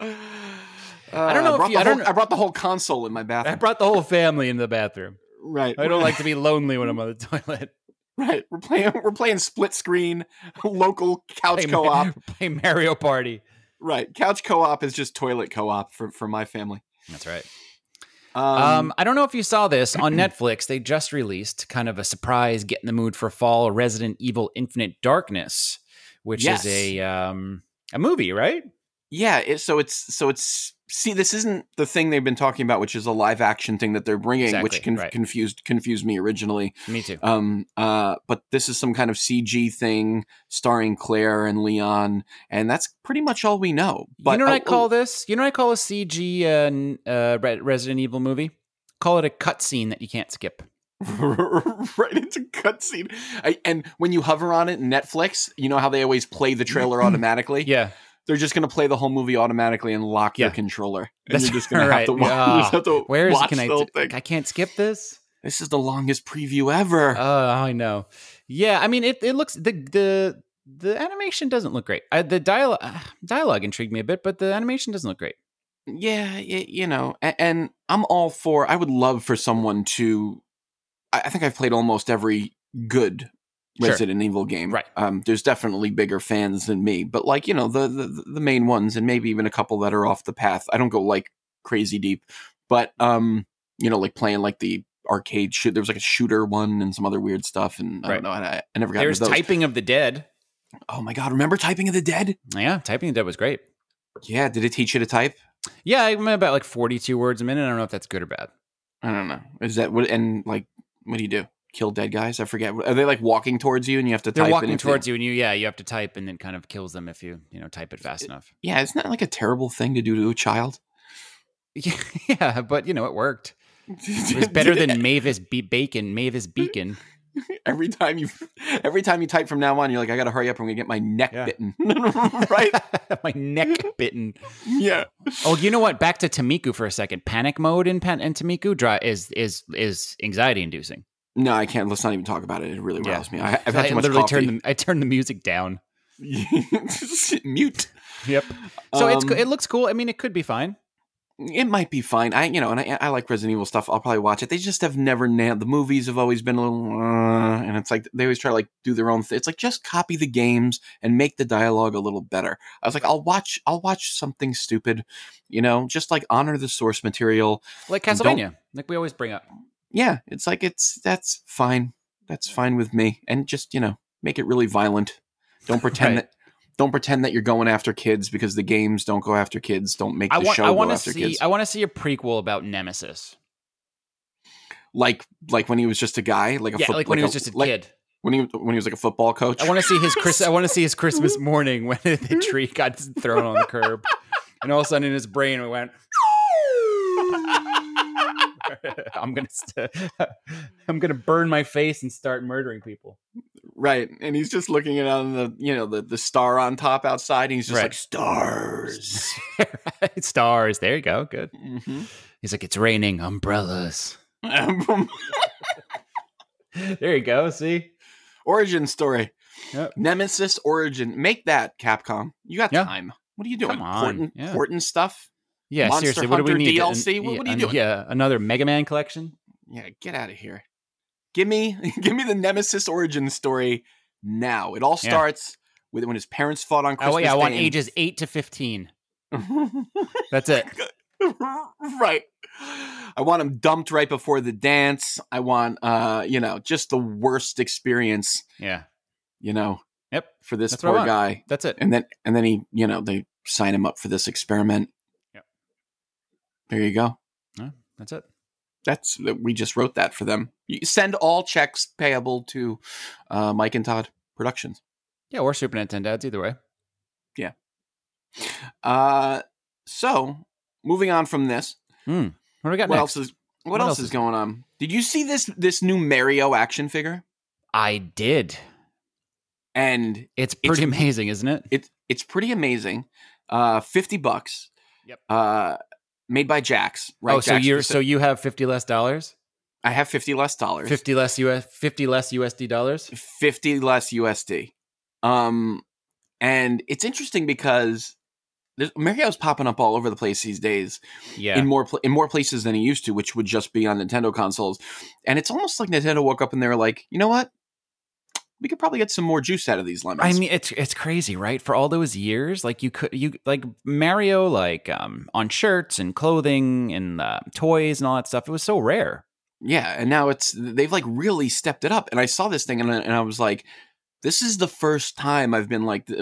Speaker 4: I
Speaker 1: don't know if
Speaker 4: brought
Speaker 1: you-
Speaker 4: the
Speaker 1: I don't
Speaker 4: whole-
Speaker 1: know-
Speaker 4: I brought the whole console in my
Speaker 1: I
Speaker 4: bathroom.
Speaker 1: brought the whole family into the bathroom.
Speaker 4: right.
Speaker 1: I don't like to be lonely when I'm on the [LAUGHS] toilet.
Speaker 4: [LAUGHS] Right. We're playing we're playing split screen [LAUGHS] local couch
Speaker 1: Play Ma-
Speaker 4: co-op.
Speaker 1: [LAUGHS] Play Mario Party.
Speaker 4: Right. Couch co-op is just toilet co-op for for my family.
Speaker 1: That's right.
Speaker 4: Um,
Speaker 1: Um, I don't know if you saw this on [CLEARS THROAT] Netflix. They just released kind of a surprise, get in the mood for fall, Resident Evil Infinite Darkness, which
Speaker 4: Yes.
Speaker 1: is a um, a movie, right?
Speaker 4: yeah, it, so it's so it's see this isn't the thing they've been talking about which is a live action thing that they're bringing
Speaker 1: Exactly,
Speaker 4: which con-
Speaker 1: right.
Speaker 4: confused confused me originally.
Speaker 1: Me too.
Speaker 4: Um, uh, but this is some kind of CG thing starring Claire and Leon, and that's pretty much all we know. But
Speaker 1: you know what I
Speaker 4: oh,
Speaker 1: call
Speaker 4: oh,
Speaker 1: this? You know what I call a CG uh, n- uh, Re- Resident Evil movie? Call it a cutscene that you can't skip.
Speaker 4: [LAUGHS] right? It's a cutscene, I- and when you hover on it in Netflix, you know how they always play
Speaker 1: [CLEARS THROAT]
Speaker 4: the trailer automatically.
Speaker 1: Yeah,
Speaker 4: they're just going to play the whole movie automatically and lock your
Speaker 1: Yeah.
Speaker 4: controller. And
Speaker 1: That's
Speaker 4: you're
Speaker 1: [LAUGHS]
Speaker 4: just going to have
Speaker 1: right.
Speaker 4: to watch. [LAUGHS] you just have to
Speaker 1: where is
Speaker 4: watch
Speaker 1: can I?
Speaker 4: the whole thing.
Speaker 1: I can't skip this.
Speaker 4: This is the longest preview ever.
Speaker 1: [LAUGHS] Oh, I know. Yeah, I mean, it, it looks the the the animation doesn't look great. Uh, the dialogue [SIGHS] dialogue intrigued me a bit, but the animation doesn't look great.
Speaker 4: yeah, y- you know, and, and I'm all for. I would love for someone to. I, I think I've played almost every good
Speaker 1: Sure.
Speaker 4: Resident Evil game.
Speaker 1: Right.
Speaker 4: Um, there's definitely bigger fans than me, but like you know the, the the main ones, and maybe even a couple that are off the path. I don't go like crazy deep, but um, you know, like playing like the arcade shoot. There was like a shooter one and some other weird stuff, and I
Speaker 1: Right.
Speaker 4: don't know. And I, I never got
Speaker 1: There's
Speaker 4: into those.
Speaker 1: Typing of the Dead.
Speaker 4: oh my god! Remember Typing of the Dead?
Speaker 1: Yeah, Typing of the Dead was great.
Speaker 4: Yeah. Did it teach you to type?
Speaker 1: Yeah, I'm at about like 42 words a minute. I don't know if that's good or bad.
Speaker 4: I don't know. Is that what? And like, what do you do? Kill dead guys? I forget. Are they like walking towards you, and you have to?
Speaker 1: They're
Speaker 4: type
Speaker 1: walking towards you, and you yeah, you have to type, and then kind of kills them if you you know type it fast enough. [LAUGHS]
Speaker 4: you. Yeah, it's not like a terrible thing to do to a child.
Speaker 1: Yeah, yeah, but you know it worked. It
Speaker 4: [LAUGHS]
Speaker 1: was better than Mavis Be- Bacon. Mavis Beacon. [LAUGHS]
Speaker 4: every time you. Every time you type from now on, you're like, I gotta hurry up. I'm gonna get my neck
Speaker 5: Yeah.
Speaker 4: bitten. [LAUGHS]
Speaker 1: [LAUGHS]
Speaker 4: right?
Speaker 1: My neck bitten.
Speaker 4: Yeah.
Speaker 1: Oh, you know what? Back to Tamiku for a second. Panic mode in Pan- in Tamiku dry- is is is anxiety inducing.
Speaker 4: No, I can't. Let's not even talk about it. It really
Speaker 1: Yeah.
Speaker 4: riles me. I, I've had
Speaker 1: I
Speaker 4: too much
Speaker 1: literally
Speaker 4: coffee.
Speaker 1: turned the I turned the music down.
Speaker 4: [LAUGHS] Mute.
Speaker 1: Yep. So it's
Speaker 4: Um,
Speaker 1: co- it looks cool. I mean, it could be fine.
Speaker 4: it might be fine. I you know, and I, I like Resident Evil stuff. I'll probably watch it. They just have never nailed the movies. Have always been a little, uh, and it's like they always try to like do their own thing. It's like just copy the games and make the dialogue a little better. I was like, I'll watch, I'll watch something stupid, you know, just like honor the source material.
Speaker 1: Like
Speaker 4: Don't-
Speaker 1: Castlevania, like we always bring up.
Speaker 4: Yeah, it's like it's that's
Speaker 1: [LAUGHS]
Speaker 4: fine, that's fine with me, and just you know, make it really violent. Don't pretend
Speaker 1: Right.
Speaker 4: that. Don't pretend that you're going after kids because the games don't go after kids. Don't make the
Speaker 1: I want.
Speaker 4: show
Speaker 1: I
Speaker 4: go
Speaker 1: want to
Speaker 4: after
Speaker 1: see.
Speaker 4: kids.
Speaker 1: I want to see a prequel about Nemesis.
Speaker 4: like like when he was just a guy, like a
Speaker 1: yeah,
Speaker 4: foot-
Speaker 1: like when he
Speaker 4: a-
Speaker 1: was just a
Speaker 4: like
Speaker 1: kid.
Speaker 4: When he when he was like a football coach.
Speaker 1: I want to see his Chris. I want to see his Christmas morning when the tree got thrown on the curb, and all of a sudden in his brain it went. [LAUGHS] I'm gonna, st- [LAUGHS] I'm gonna burn my face and start murdering people.
Speaker 4: [LAUGHS] right, and he's just looking at on the you know the the star on top outside, and he's just
Speaker 1: Right.
Speaker 4: like
Speaker 1: [LAUGHS]
Speaker 4: stars.
Speaker 1: Stars. There you go. Good.
Speaker 4: hmm
Speaker 1: He's like, it's raining umbrellas. [LAUGHS] There you go. See.
Speaker 4: [LAUGHS] origin story.
Speaker 1: Yep.
Speaker 4: Nemesis origin. Make that Capcom. You got
Speaker 1: Yeah.
Speaker 4: time. What are you doing?
Speaker 1: Come on.
Speaker 4: Important,
Speaker 1: Yeah.
Speaker 4: important stuff.
Speaker 1: Yeah.
Speaker 4: Monster
Speaker 1: seriously, what do we
Speaker 4: Hunter
Speaker 1: need?
Speaker 4: DLC? What- what are you
Speaker 1: an-
Speaker 4: doing?
Speaker 1: Yeah, another Mega Man collection.
Speaker 4: Yeah, get out of here. Give me, [LAUGHS] give me the Nemesis origin story now. It all
Speaker 1: Yeah.
Speaker 4: starts with when his parents fought on Christmas.
Speaker 1: oh yeah, I want
Speaker 4: Day and-
Speaker 1: ages eight to fifteen. That's
Speaker 4: [LAUGHS]
Speaker 1: it.
Speaker 4: right. I want him dumped right before the dance. I want, uh, you know, just the worst experience,
Speaker 1: Yeah.
Speaker 4: you know,
Speaker 1: Yep.
Speaker 4: for this
Speaker 1: That's what I
Speaker 4: poor
Speaker 1: want.
Speaker 4: guy.
Speaker 1: That's it.
Speaker 4: and then and then he you know they sign him up for this experiment
Speaker 1: Yep.
Speaker 4: there you go
Speaker 1: That's it.
Speaker 4: that's we just wrote that for them you send all checks payable to uh, mike and todd productions
Speaker 1: Yeah, or Super Nintendo. It's either way.
Speaker 4: uh so moving on from this
Speaker 1: What do we got
Speaker 4: what
Speaker 1: next?
Speaker 4: else is what, else, is going on did you see this this new mario action figure
Speaker 1: I did.
Speaker 4: and
Speaker 1: It's pretty amazing, isn't it?
Speaker 4: it it's pretty amazing uh 50 bucks
Speaker 1: Yep.
Speaker 4: uh made by jax [LAUGHS] right
Speaker 1: oh, so
Speaker 4: Jax
Speaker 1: you're
Speaker 4: Pacific.
Speaker 1: so you have fifty less dollars,
Speaker 4: i have 50 less dollars
Speaker 1: fifty less US, fifty less USD
Speaker 4: [LAUGHS]
Speaker 1: dollars.
Speaker 4: 50 less USD. Um, and it's interesting because there's, Mario's popping up all over the place these days
Speaker 1: Yeah,
Speaker 4: in more pla in more places than he used to, which would just be on Nintendo consoles. And it's almost like Nintendo woke up and they were like, you know what? We could probably get some more juice out of these lemons.
Speaker 1: I mean it's it's crazy, right? For all those years, like you could you like Mario, like um on shirts and clothing and uh, toys and all that stuff. It was so rare.
Speaker 4: yeah, and now it's they've like really stepped it up. And I saw this thing and I, and I was like, this is the first time I've been like, th-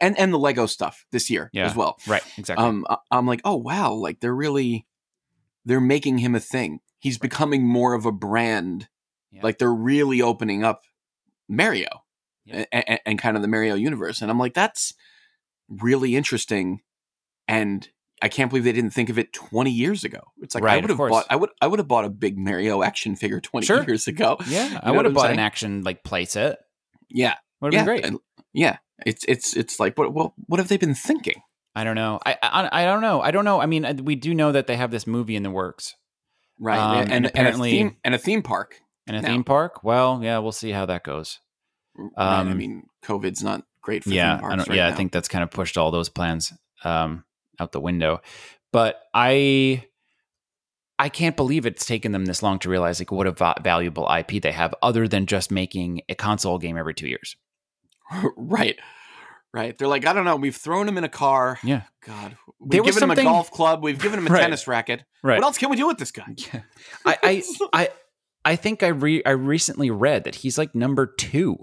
Speaker 4: and and the Lego stuff this year
Speaker 1: Yeah.
Speaker 4: as well.
Speaker 1: Right. Exactly.
Speaker 4: [LAUGHS] um I- i'm like oh wow like they're really they're making him a thing he's becoming more of a brand
Speaker 1: Yeah.
Speaker 4: like they're really opening up mario
Speaker 1: Yeah.
Speaker 4: a- a- and kind of the mario universe and i'm like that's really interesting and i can't believe they didn't think of it 20 years ago it's like
Speaker 1: Right,
Speaker 4: i
Speaker 1: of
Speaker 4: would have
Speaker 1: course.
Speaker 4: bought i would i would have bought a big mario action figure 20
Speaker 1: Sure.
Speaker 4: years ago
Speaker 1: yeah, I
Speaker 4: know
Speaker 1: would
Speaker 4: what
Speaker 1: have
Speaker 4: I'm
Speaker 1: bought
Speaker 4: saying?
Speaker 1: an action like playset.
Speaker 4: yeah
Speaker 1: Would have
Speaker 4: yeah
Speaker 1: been great.
Speaker 4: and- yeah it's it's it's like what what what have they been thinking
Speaker 1: I don't know. I, I I don't know. I don't know. I mean, I- we do know that they have this movie in the works
Speaker 4: right
Speaker 1: Um, and
Speaker 4: and,
Speaker 1: apparently-
Speaker 4: and a theme, and a theme park
Speaker 1: and a
Speaker 4: No.
Speaker 1: theme park. Well, yeah, we'll see how that goes.
Speaker 4: Right, I
Speaker 1: Um,
Speaker 4: mean, COVID's not great for
Speaker 1: yeah,
Speaker 4: theme parks
Speaker 1: I don't,
Speaker 4: right
Speaker 1: yeah, I
Speaker 4: now.
Speaker 1: think that's kind of pushed all those plans um, out the window. But I I can't believe it's taken them this long to realize like what a va- valuable IP they have, other than just making a console game every two years.
Speaker 4: [LAUGHS] right, right. They're like, I don't know. We've thrown him in a car.
Speaker 1: Yeah.
Speaker 4: God, we've
Speaker 1: There was
Speaker 4: given him a
Speaker 1: something-
Speaker 4: golf club. We've given him
Speaker 1: [LAUGHS]
Speaker 4: a
Speaker 1: Right.
Speaker 4: tennis racket.
Speaker 1: Right.
Speaker 4: What else can we do with this guy?
Speaker 1: Yeah. [LAUGHS] I, I I I think I re I recently read that he's like number two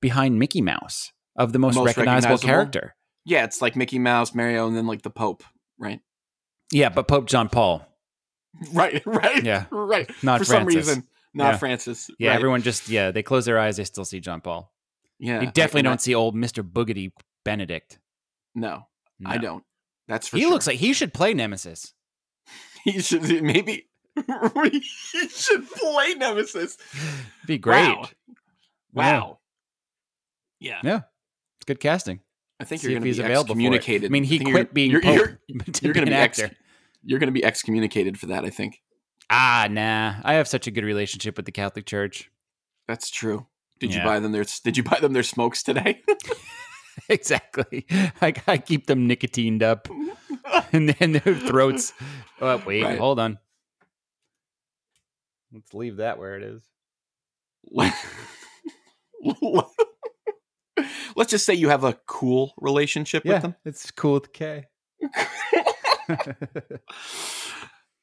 Speaker 1: behind Mickey Mouse of the most,
Speaker 4: Most
Speaker 1: recognizable,
Speaker 4: recognizable?
Speaker 1: character.
Speaker 4: [LAUGHS] Yeah, it's like Mickey Mouse, Mario, and then like the Pope. Right, [LAUGHS]
Speaker 1: Yeah, but Pope John Paul.
Speaker 4: right, [LAUGHS] right,
Speaker 1: Yeah.
Speaker 4: right.
Speaker 1: Not
Speaker 4: for some
Speaker 1: Francis.
Speaker 4: reason, not
Speaker 1: Yeah.
Speaker 4: Francis.
Speaker 1: Yeah,
Speaker 4: right.
Speaker 1: everyone just yeah, they close their eyes, they still see John Paul.
Speaker 4: [LAUGHS] Yeah,
Speaker 1: you definitely
Speaker 4: and I-
Speaker 1: don't see old Mister Boogedy Benedict.
Speaker 4: No, I
Speaker 1: No.
Speaker 4: don't. That's for
Speaker 1: He
Speaker 4: sure.
Speaker 1: looks like he should play Nemesis.
Speaker 4: [LAUGHS] he should maybe [LAUGHS] he should play Nemesis.
Speaker 1: Be great.
Speaker 4: Wow.
Speaker 1: Yeah.
Speaker 4: Wow. Yeah.
Speaker 1: It's good casting.
Speaker 4: I think
Speaker 1: See if
Speaker 4: you're going to
Speaker 1: he's
Speaker 4: be
Speaker 1: available. for it. I
Speaker 4: excommunicated.
Speaker 1: mean, he
Speaker 4: think
Speaker 1: quit
Speaker 4: you're-
Speaker 1: being
Speaker 4: you're,
Speaker 1: Pope
Speaker 4: You're,
Speaker 1: to
Speaker 4: you're
Speaker 1: be
Speaker 4: going to
Speaker 1: an
Speaker 4: be
Speaker 1: actor.
Speaker 4: ex- you're going to be excommunicated for that. I think
Speaker 1: ah, nah. I have such a good relationship with the Catholic Church. [LAUGHS]
Speaker 4: that's true. Did
Speaker 1: Yeah.
Speaker 4: you buy them their Did you buy them their smokes today? [LAUGHS]
Speaker 1: exactly. [LAUGHS] I, I keep them nicotined up, [LAUGHS] and then their
Speaker 4: [LAUGHS]
Speaker 1: throats. Oh, wait,
Speaker 4: Right.
Speaker 1: hold on. Let's leave that where it is.
Speaker 4: Let's just say you have a cool relationship with them.
Speaker 1: it's cool with
Speaker 4: [LAUGHS]
Speaker 1: K. [LAUGHS]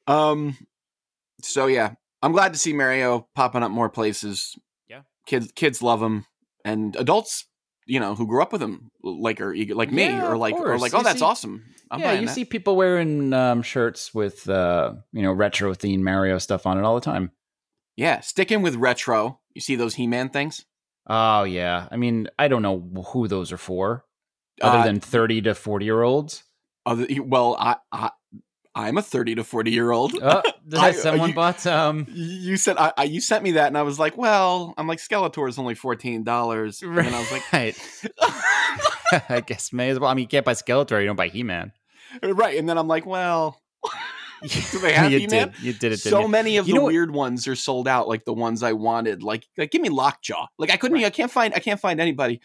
Speaker 4: Um. So yeah, I'm glad to see Mario popping up more places.
Speaker 1: Yeah.
Speaker 4: kids kids love him, and adults you know who grew up with him, like or eager, like me,
Speaker 1: Yeah,
Speaker 4: or
Speaker 1: of
Speaker 4: like or
Speaker 1: course.
Speaker 4: like,
Speaker 1: You
Speaker 4: oh, that's
Speaker 1: see-
Speaker 4: awesome. I'm
Speaker 1: yeah,
Speaker 4: buying
Speaker 1: you
Speaker 4: that.
Speaker 1: see people wearing um, shirts with uh, you know retro themed Mario stuff on it all the time.
Speaker 4: yeah, stick in with retro. You see those He-Man things?
Speaker 1: Oh yeah, I mean I don't know who those are for, other
Speaker 4: Uh,
Speaker 1: than thirty to forty year olds.
Speaker 4: Other, well, I, I I'm a thirty to forty year old.
Speaker 1: [LAUGHS] Oh,
Speaker 4: I-
Speaker 1: someone
Speaker 4: you-
Speaker 1: bought um.
Speaker 4: you said I, I you sent me that, and I was like, well, I'm like Skeletor is only fourteen dollars, and I was
Speaker 1: [LAUGHS]
Speaker 4: like,
Speaker 1: right. [LAUGHS] I guess may as well. I mean, you can't buy Skeletor. You don't buy He [LAUGHS] Man.
Speaker 4: [LAUGHS] right, and then I'm like, well, do
Speaker 1: [LAUGHS]
Speaker 4: they have
Speaker 1: you
Speaker 4: He-Man?
Speaker 1: did. You did it.
Speaker 4: so
Speaker 1: didn't
Speaker 4: many of
Speaker 1: You
Speaker 4: the
Speaker 1: know what-
Speaker 4: weird ones are sold out, like the ones I wanted. Like, like give me Lockjaw. Like I couldn't, I can't find, I can't find anybody.
Speaker 1: you?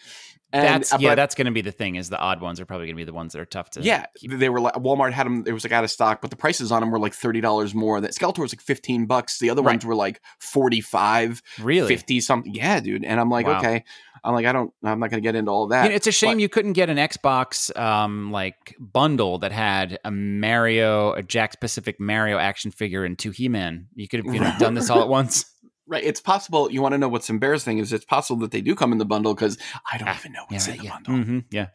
Speaker 4: And,
Speaker 1: that's
Speaker 4: uh,
Speaker 1: yeah.
Speaker 4: but-
Speaker 1: That's going to be the thing. Is the odd ones are probably going to be the ones that are tough to.
Speaker 4: yeah. They were like Walmart had them. It was like out of stock, but the prices on them were like thirty dollars more. That Skeletor was like fifteen bucks. The other
Speaker 1: Right.
Speaker 4: ones were like 45
Speaker 1: Really.
Speaker 4: 50 something. Yeah, dude. And I'm like,
Speaker 1: Wow.
Speaker 4: okay. I'm like, I don't. I'm not gonna get into all that.
Speaker 1: You know, it's a shame
Speaker 4: But-
Speaker 1: you couldn't get an Xbox um, like bundle that had a Mario, a Jack Pacific Mario action figure, and two He Man. You could have you know, done this all at once.
Speaker 4: Right. It's possible. You want to know what's embarrassing is it's possible that they do come in the bundle because I don't even know [LAUGHS] what's
Speaker 1: Ah, Yeah,
Speaker 4: in the
Speaker 1: yeah.
Speaker 4: bundle.
Speaker 1: hmm yeah.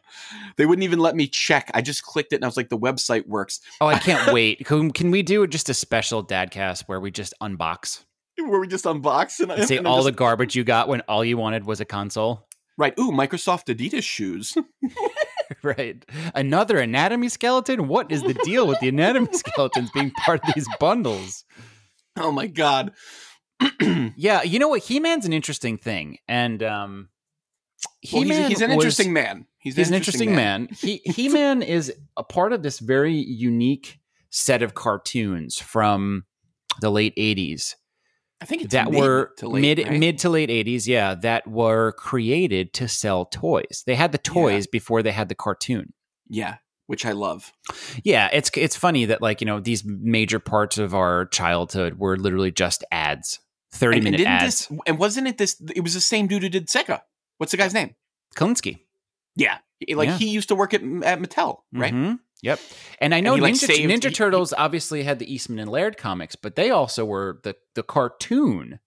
Speaker 4: They wouldn't even let me check. I just clicked it and I was like, the website works. [LAUGHS]
Speaker 1: Oh, I can't wait. Can, can we do just a special Dadcast where we just unbox
Speaker 4: Where we just unbox and,
Speaker 1: and say
Speaker 4: and I'm
Speaker 1: all the
Speaker 4: just-
Speaker 1: garbage you got when all you wanted was a console? [LAUGHS]
Speaker 4: right. Ooh, Microsoft Adidas shoes. [LAUGHS]
Speaker 1: right. Another anatomy skeleton? What is the deal with the anatomy [LAUGHS] skeletons being part of these bundles?
Speaker 4: oh my god. Hmm.
Speaker 1: Yeah, you know what? He Man's an interesting thing. And um,
Speaker 4: Well, he's,
Speaker 1: He-Man
Speaker 4: he's an
Speaker 1: was-
Speaker 4: interesting man. He's,
Speaker 1: he's an interesting man. He
Speaker 4: [LAUGHS]
Speaker 1: He Man is a part of this very unique set of cartoons from the late '80s
Speaker 4: I think it's
Speaker 1: that
Speaker 4: mid
Speaker 1: were
Speaker 4: to late,
Speaker 1: mid
Speaker 4: right?
Speaker 1: mid to late '80s. Yeah, that were created to sell toys. They had the
Speaker 4: Yeah.
Speaker 1: toys before they had the cartoon.
Speaker 4: Yeah, which I love.
Speaker 1: Yeah, it's it's funny that like you know these major parts of our childhood were literally just ads, thirty
Speaker 4: And, and
Speaker 1: minute
Speaker 4: didn't
Speaker 1: ads.
Speaker 4: this? And wasn't it this? It was the same dude who did Sega. What's the guy's name?
Speaker 1: Kolinsky,
Speaker 4: Yeah, like
Speaker 1: Yeah.
Speaker 4: he used to work at at Mattel, right?
Speaker 1: Mhm. Yep. And I know
Speaker 4: he, like,
Speaker 1: Ninja,
Speaker 4: saved-
Speaker 1: Ninja
Speaker 4: he-
Speaker 1: Turtles obviously had the Eastman and Laird comics, but they also were the the cartoon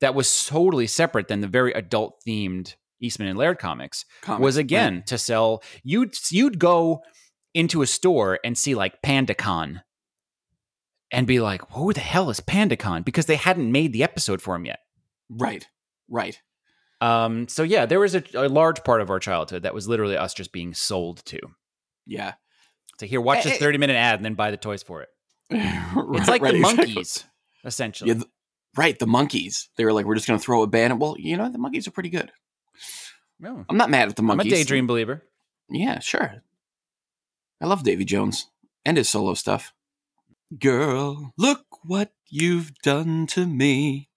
Speaker 1: that was totally separate than the very adult themed Eastman and Laird comics
Speaker 4: Comics,
Speaker 1: was
Speaker 4: right.
Speaker 1: again to sell you'd you'd go into a store and see like PandaCon and be like, who the hell is PandaCon? Because they hadn't made the episode for him yet.
Speaker 4: Right, right.
Speaker 1: Um, so yeah, there was a, a large part of our childhood that was literally us just being sold to. [LAUGHS]
Speaker 4: Yeah,
Speaker 1: To here, watch
Speaker 4: Eh,
Speaker 1: this
Speaker 4: eh.
Speaker 1: thirty minute ad and then buy the toys for it.
Speaker 4: Right,
Speaker 1: It's like
Speaker 4: right,
Speaker 1: the
Speaker 4: exactly.
Speaker 1: monkeys, essentially.
Speaker 4: Yeah, th- right. The monkeys. They were like, we're just going to throw a ban. Well, you know, the monkeys are pretty good.
Speaker 1: No.
Speaker 4: I'm not mad at the
Speaker 1: I'm a
Speaker 4: monkeys.
Speaker 1: daydream believer.
Speaker 4: Yeah, sure. I love Davy Jones and his solo stuff. Girl, look what you've done to me.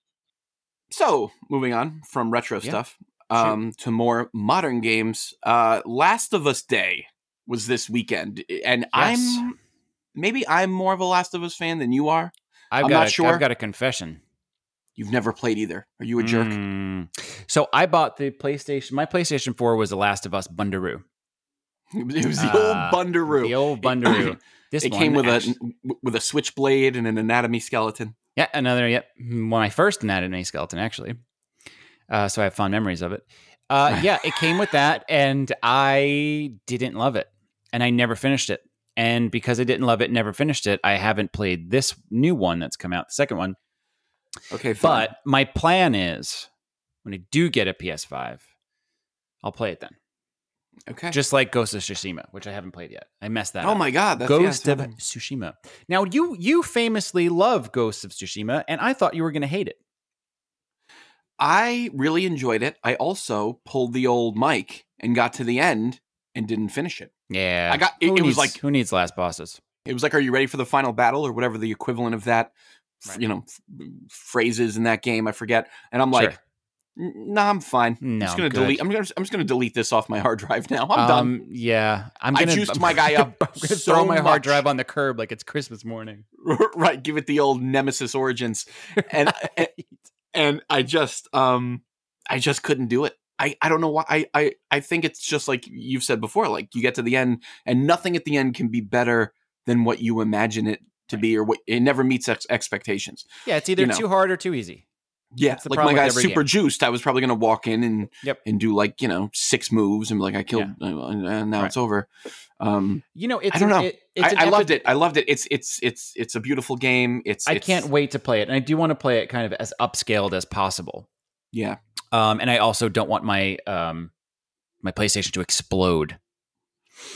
Speaker 4: So, moving on from retro
Speaker 1: Yeah,
Speaker 4: stuff um, to more modern games. Uh, Last of Us Day was this weekend, and
Speaker 1: Yes.
Speaker 4: I'm maybe I'm more of a Last of Us fan than you are.
Speaker 1: I've
Speaker 4: I'm
Speaker 1: got
Speaker 4: not
Speaker 1: a,
Speaker 4: sure.
Speaker 1: I've got a confession.
Speaker 4: You've never played either. Are you a jerk?
Speaker 1: Mm. So I bought the PlayStation. My PlayStation 4 was The Last of Us Bundaroo.
Speaker 4: [LAUGHS] It was the
Speaker 1: Uh,
Speaker 4: old Bundaroo.
Speaker 1: The old
Speaker 4: [CLEARS THROAT]
Speaker 1: Bundaroo. This
Speaker 4: it
Speaker 1: one
Speaker 4: came with
Speaker 1: actu-
Speaker 4: a with a switchblade and an anatomy skeleton.
Speaker 1: yeah another yep my first anatomy skeleton actually. Uh, so I have fond memories of it.
Speaker 4: [LAUGHS]
Speaker 1: Uh, yeah, it came with that, and I didn't love it, and I never finished it. And because I didn't love it, never finished it, I haven't played this new one that's come out, the second one.
Speaker 4: Okay, fine.
Speaker 1: But my plan is when I do get a PS5, I'll play it then.
Speaker 4: okay.
Speaker 1: Just like Ghost of Tsushima, which I haven't played yet. I messed that
Speaker 4: oh
Speaker 1: up.
Speaker 4: my god, that's
Speaker 1: Ghost
Speaker 4: yeah,
Speaker 1: of Tsushima. Now you you famously love Ghost of Tsushima, and I thought you were gonna hate it.
Speaker 4: I really enjoyed it. I also pulled the old mic and got to the end and didn't finish it.
Speaker 1: Yeah.
Speaker 4: I got it,
Speaker 1: who
Speaker 4: it
Speaker 1: needs-
Speaker 4: was like
Speaker 1: who needs last bosses?
Speaker 4: it was like are you ready for the final battle or whatever the equivalent of that f-
Speaker 1: Right.
Speaker 4: you know f- phrases in that game, I forget. And I'm like,
Speaker 1: Sure.
Speaker 4: "N- "Nah, I'm fine.
Speaker 1: No,
Speaker 4: I'm just
Speaker 1: I'm
Speaker 4: going to
Speaker 1: good.
Speaker 4: delete I'm gonna, I'm just going to delete this off my hard drive now. I'm done."
Speaker 1: Um, yeah. I'm
Speaker 4: I
Speaker 1: gonna [LAUGHS]
Speaker 4: juiced
Speaker 1: I'm
Speaker 4: my guy
Speaker 1: gonna-
Speaker 4: up
Speaker 1: I'm gonna
Speaker 4: so
Speaker 1: throw my hard
Speaker 4: much.
Speaker 1: drive on the curb like it's Christmas morning.
Speaker 4: [LAUGHS] right give it the old nemesis origins
Speaker 1: [LAUGHS]
Speaker 4: and and, and i just um i just couldn't do it i i don't know why I, I i think it's just like you've said before like you get to the end and nothing at the end can be better than what you imagine it to be or what it never meets ex- expectations
Speaker 1: Yeah, it's either
Speaker 4: You know.
Speaker 1: too hard or too easy.
Speaker 4: Yeah,
Speaker 1: That's the
Speaker 4: like my
Speaker 1: problem with
Speaker 4: guy's
Speaker 1: every
Speaker 4: super
Speaker 1: game.
Speaker 4: juiced. I was probably going to walk in and
Speaker 1: Yep.
Speaker 4: and do like you know six moves and be like I killed uh, and, and now
Speaker 1: Right.
Speaker 4: it's over. Um,
Speaker 1: You know, it's
Speaker 4: don't
Speaker 1: an-
Speaker 4: know.
Speaker 1: it- it's
Speaker 4: I,
Speaker 1: an
Speaker 4: I loved
Speaker 1: epi-
Speaker 4: it. I loved it. It's it's it's it's a beautiful game. It's
Speaker 1: I
Speaker 4: it's-
Speaker 1: can't wait to play it, and I do want to play it kind of as upscaled as possible.
Speaker 4: Yeah,
Speaker 1: Um, and I also don't want my um, my PlayStation to explode.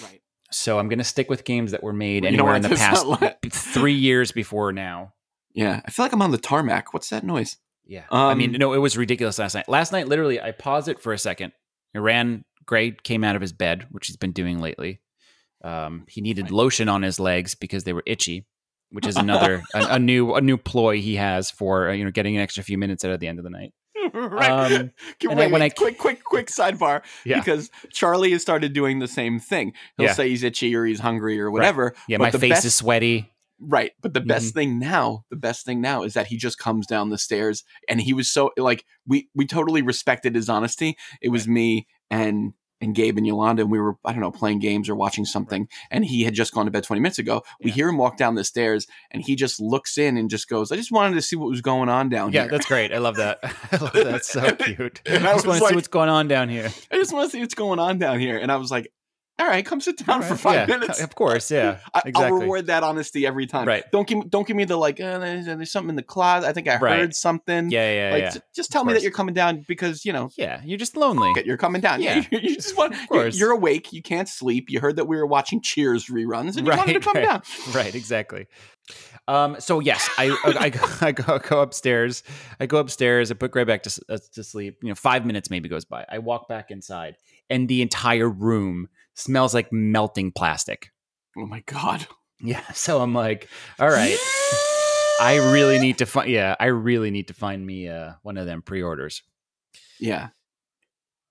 Speaker 4: right.
Speaker 1: So I'm going to stick with games that were made
Speaker 4: You don't
Speaker 1: anywhere in the
Speaker 4: want it to
Speaker 1: past
Speaker 4: sound like-
Speaker 1: [LAUGHS] three years before now.
Speaker 4: Yeah, I feel like I'm on the tarmac. What's that [LAUGHS] noise?
Speaker 1: Yeah. I mean,
Speaker 4: Um,
Speaker 1: no, it was ridiculous last night. Last night, literally, I paused it for a second. Iran Gray came out of his bed, which he's been doing lately. Um, he needed lotion on his legs because they were itchy, which
Speaker 4: [LAUGHS]
Speaker 1: is another a, a new a new ploy he has for uh, you know getting an extra few minutes out of the end of the night.
Speaker 4: right.
Speaker 1: Um,
Speaker 4: Can-
Speaker 1: and
Speaker 4: wait,
Speaker 1: I- when
Speaker 4: wait,
Speaker 1: I-
Speaker 4: quick, quick, quick sidebar.
Speaker 1: Yeah.
Speaker 4: Because Charlie has started doing the same thing. He'll
Speaker 1: Yeah.
Speaker 4: say he's itchy or he's hungry or whatever.
Speaker 1: Yeah,
Speaker 4: but
Speaker 1: my
Speaker 4: the
Speaker 1: face
Speaker 4: best-
Speaker 1: is sweaty.
Speaker 4: Right. But the best
Speaker 1: Mm-hmm.
Speaker 4: thing now, the best thing now is that he just comes down the stairs and he was so like we we totally respected his honesty. It was me and and Gabe and Yolanda and we were I don't know playing games or watching something and he had just gone to bed 20 minutes ago. We
Speaker 1: Yeah.
Speaker 4: hear him walk down the stairs and he just looks in and just goes, "I just wanted to see what was going on down
Speaker 1: Yeah,
Speaker 4: here."
Speaker 1: that's great. I love that. [LAUGHS] I love that. That's
Speaker 4: [LAUGHS]
Speaker 1: so cute. I
Speaker 4: And Oh, I
Speaker 1: just want
Speaker 4: was
Speaker 1: to
Speaker 4: like-
Speaker 1: see what's going on down here.
Speaker 4: I just want to see what's going on down here. And I was like, all right, come sit down for
Speaker 1: Right.
Speaker 4: five
Speaker 1: Yeah,
Speaker 4: minutes.
Speaker 1: Of course, yeah.
Speaker 4: [LAUGHS] I, I'll
Speaker 1: exactly.
Speaker 4: reward that honesty every time.
Speaker 1: Right.
Speaker 4: Don't give me- don't give me the like. Uh, there's, there's something in the closet. I think I
Speaker 1: Right.
Speaker 4: heard something.
Speaker 1: Yeah, yeah,
Speaker 4: Like,
Speaker 1: yeah.
Speaker 4: j- just tell me
Speaker 1: course.
Speaker 4: that you're coming down because you know
Speaker 1: Yeah, you're just lonely.
Speaker 4: f- it, you're coming down. [LAUGHS]
Speaker 1: Yeah.
Speaker 4: you just want.
Speaker 1: Of
Speaker 4: You're,
Speaker 1: course.
Speaker 4: you're awake. You can't sleep. You heard that we were watching Cheers reruns, and you wanted to
Speaker 1: Right,
Speaker 4: come
Speaker 1: right.
Speaker 4: down.
Speaker 1: [LAUGHS] right exactly um so yes i I, I, go, [LAUGHS] I go- go upstairs i go upstairs i put gray back to, s- uh, to sleep you know five minutes maybe goes by i walk back inside and the entire room smells like melting plastic
Speaker 4: Oh my god!
Speaker 1: yeah [LAUGHS] so i'm like all right i really need to find yeah i really need to find me uh one of them pre-orders
Speaker 4: Yeah.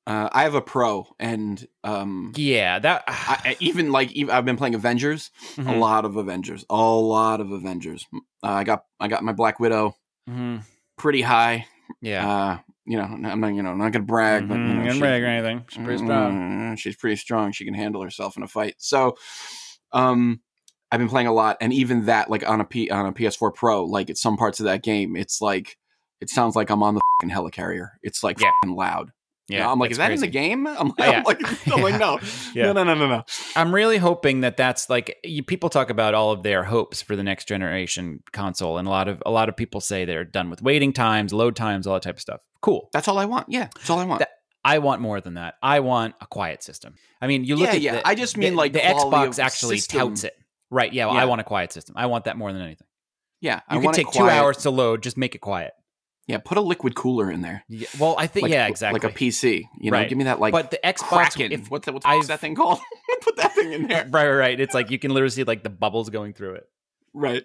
Speaker 4: Uh, I have a pro, and um,
Speaker 1: yeah that
Speaker 4: [SIGHS] I, I- even like even, I've been playing Avengers. a
Speaker 1: Mhm,
Speaker 4: lot of Avengers, a lot of Avengers. Uh, I got I got my Black Widow
Speaker 1: mhm,
Speaker 4: pretty high.
Speaker 1: yeah
Speaker 4: Uh, you know, I'm not you know I'm not gonna brag, but you
Speaker 1: Mhm,
Speaker 4: know,
Speaker 1: I'm
Speaker 4: she-
Speaker 1: ready or anything. She's pretty strong.
Speaker 4: Mm, She's pretty strong. She can handle herself in a fight. So, um, I've been playing a lot, and even that, like on a P on a PS4 Pro, like at some parts of that game, it's like it sounds like I'm on the fing helicarrier. It's like
Speaker 1: Yeah.
Speaker 4: fing loud.
Speaker 1: Yeah,
Speaker 4: I'm like, is that
Speaker 1: that's
Speaker 4: in the
Speaker 1: crazy. Oh,
Speaker 4: game? [LAUGHS] I'm like,
Speaker 1: Yeah.
Speaker 4: I'm like, I'm like, no,
Speaker 1: [LAUGHS] Yeah.
Speaker 4: no, no, no, no, no.
Speaker 1: I'm really hoping that that's like you, people talk about all of their hopes for the next generation console, and a lot of a lot of people say they're done with waiting times, load times, all that type of stuff. Cool.
Speaker 4: That's all I want. Yeah, that's all I want.
Speaker 1: That- I want more than that. I want a quiet system. I mean, you look
Speaker 4: Yeah,
Speaker 1: at
Speaker 4: yeah.
Speaker 1: the-
Speaker 4: I just mean,
Speaker 1: the-
Speaker 4: like,
Speaker 1: the Xbox
Speaker 4: quality of
Speaker 1: actually
Speaker 4: system.
Speaker 1: touts it, right? Yeah, well,
Speaker 4: Yeah.
Speaker 1: I want a quiet system. I want that more than anything.
Speaker 4: yeah, I
Speaker 1: You can
Speaker 4: want it
Speaker 1: take two
Speaker 4: quiet.
Speaker 1: hours to load, just make it quiet.
Speaker 4: Yeah, put a liquid cooler in there.
Speaker 1: Yeah, well, I think yeah, exactly.
Speaker 4: Like a PC. You know,
Speaker 1: Right.
Speaker 4: give me that like
Speaker 1: but the Xbox,
Speaker 4: Kraken.
Speaker 1: if,
Speaker 4: what the, what
Speaker 1: I've-
Speaker 4: is that thing called? [LAUGHS] Put that thing in
Speaker 1: [LAUGHS] right,
Speaker 4: there.
Speaker 1: right, right. It's like you can literally see like the bubbles going through it.
Speaker 4: Right.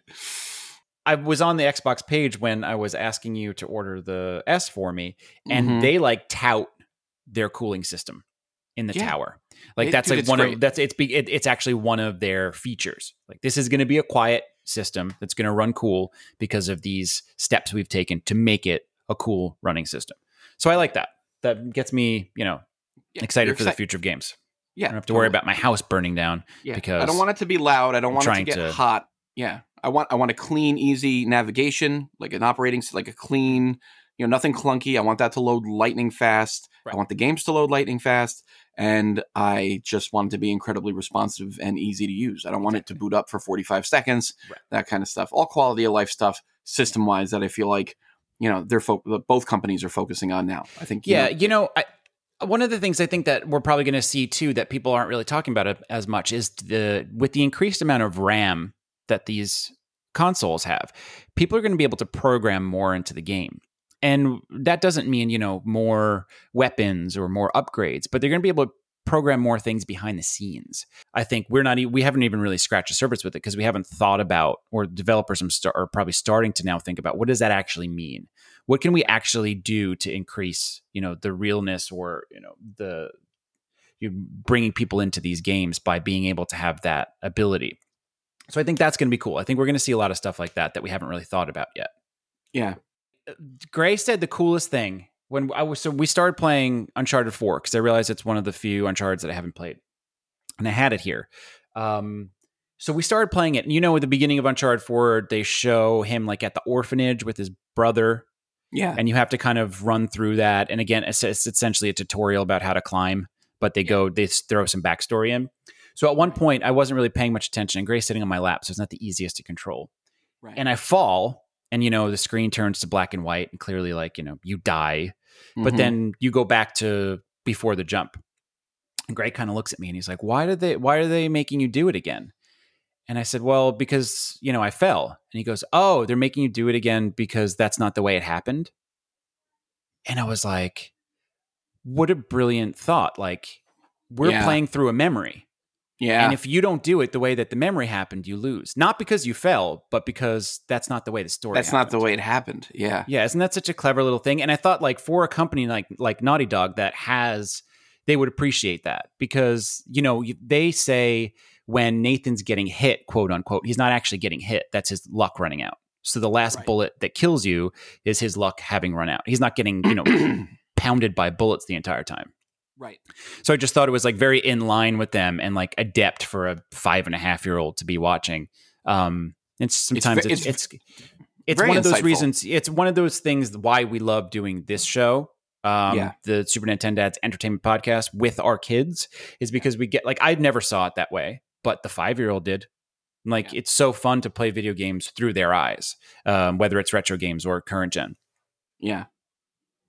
Speaker 1: I was on the Xbox page when I was asking you to order the S for me, and
Speaker 4: Mhm.
Speaker 1: they like tout their cooling system in the
Speaker 4: Yeah.
Speaker 1: tower. Like
Speaker 4: It-
Speaker 1: that's
Speaker 4: dude,
Speaker 1: like
Speaker 4: it's
Speaker 1: one
Speaker 4: great.
Speaker 1: of that's it's be, it, it's actually one of their features. Like this is going to be a quiet system that's going to run cool because of these steps we've taken to make it a cool running system. So I like that. That gets me, you know,
Speaker 4: Yeah,
Speaker 1: excited
Speaker 4: you're
Speaker 1: for the
Speaker 4: excite-
Speaker 1: future of games.
Speaker 4: Yeah.
Speaker 1: I don't have to worry
Speaker 4: totally.
Speaker 1: about my house burning down.
Speaker 4: Yeah. I
Speaker 1: because
Speaker 4: don't want it to be loud. I don't
Speaker 1: I'm
Speaker 4: want it to
Speaker 1: trying
Speaker 4: get
Speaker 1: to-
Speaker 4: hot. Yeah. I want I want a clean, easy navigation, like an operating s- like a clean, you know, nothing clunky. I want that to load lightning fast.
Speaker 1: Right.
Speaker 4: I want the games to load lightning fast. And I just want it to be incredibly responsive and easy to use. I don't want it to boot up for 45 seconds,
Speaker 1: Right.
Speaker 4: that kind of stuff. All quality of life stuff, system wise, that I feel like, you know, they're fo- both companies are focusing on now. I think, you
Speaker 1: Yeah,
Speaker 4: know,
Speaker 1: you know, I, one of the things I think that we're probably going to see too that people aren't really talking about it as much is the with the increased amount of RAM that these consoles have, people are going to be able to program more into the game. And that doesn't mean, you know, more weapons or more upgrades, but they're going to be able to program more things behind the scenes. I think we're not e- we haven't even really scratched the surface with it because we haven't thought about or developers am star- are probably starting to now think about what does that actually mean? What can we actually do to increase, you know, the realness or, you know, the you bringing people into these games by being able to have that ability. So I think that's going to be cool. I think we're going to see a lot of stuff like that that we haven't really thought about yet. Uh,
Speaker 4: yeah.
Speaker 1: Gray said the coolest thing when I was so we started playing Uncharted Four because I realized it's one of the few Uncharted that I haven't played, and I had it here. Um, so we started playing it, and you know, at the beginning of Uncharted Four, they show him like at the orphanage with his brother,
Speaker 4: Yeah.
Speaker 1: and you have to kind of run through that. And again, it's, it's essentially a tutorial about how to climb, but they go they s- throw some backstory in. So at one point, I wasn't really paying much attention, and Gray's sitting on my lap, so it's not the easiest to control.
Speaker 4: right.
Speaker 1: And I fall, and you know the screen turns to black and white, and clearly, like you know, you die. But
Speaker 4: Mhm.
Speaker 1: then you go back to before the jump. And Gray kind of looks at me and he's like, "Why did they? Why are they making you do it again?" And I said, "Well, because you know I fell." And he goes, "Oh, they're making you do it again because that's not the way it happened." And I was like, "What a brilliant thought! Like we're
Speaker 4: Yeah.
Speaker 1: playing through a memory."
Speaker 4: yeah,
Speaker 1: And if you don't do it the way that the memory happened, you lose. Not because you fell, but because that's not the way the story.
Speaker 4: that's not the
Speaker 1: happened.
Speaker 4: way it happened. Yeah.
Speaker 1: Yeah, isn't that such a clever little thing? And I thought like for a company like like Naughty Dog that has they would appreciate that because you know you- they say when Nathan's getting hit, quote unquote, he's not actually getting hit. That's his luck running out. So the last
Speaker 4: Right.
Speaker 1: bullet that kills you is his luck having run out. He's not getting, you know, pounded by bullets the entire time.
Speaker 4: right.
Speaker 1: So I just thought it was like very in line with them and like adept for a five and a half year old to be watching. Um, and sometimes
Speaker 4: ve-
Speaker 1: it's
Speaker 4: it's
Speaker 1: it's it's, one
Speaker 4: very
Speaker 1: of those
Speaker 4: insightful.
Speaker 1: reasons. It's one of those things why we love doing this show. Um,
Speaker 4: Yeah.
Speaker 1: the Super Nintendo's entertainment podcast with our kids is because we get like I never saw it that way, but the five year old did. Like
Speaker 4: Yeah.
Speaker 1: it's so fun to play video games through their eyes, um, whether it's retro games or current gen.
Speaker 4: Yeah.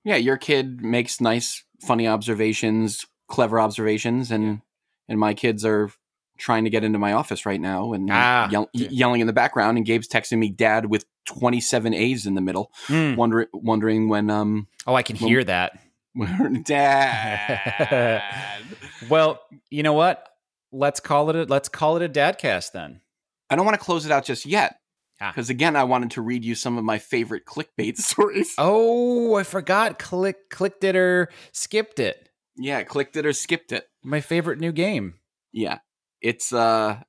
Speaker 4: Yeah, your kid makes nice, funny observations, clever observations, and and my kids are trying to get into my office right now and
Speaker 1: Ah.
Speaker 4: yell-
Speaker 1: Yeah.
Speaker 4: yelling in the background. And Gabe's texting me, "Dad," with twenty seven A's in the middle,
Speaker 1: Hmm.
Speaker 4: wondering wondering when um, [LAUGHS]
Speaker 1: Oh, I can
Speaker 4: Hmm. Well,
Speaker 1: hear that. [LAUGHS]
Speaker 4: when- Dad.
Speaker 1: Well, you know what? Let's call it a let's call it a dadcast then.
Speaker 4: I don't want to close it out just yet
Speaker 1: Ah.
Speaker 4: because again, I wanted to read you some of my favorite clickbait [LAUGHS] stories.
Speaker 1: Oh, I forgot. Click clicked it or skipped it.
Speaker 4: Yeah, clicked it or skipped it.
Speaker 1: My favorite new game.
Speaker 4: Yeah, it's uh,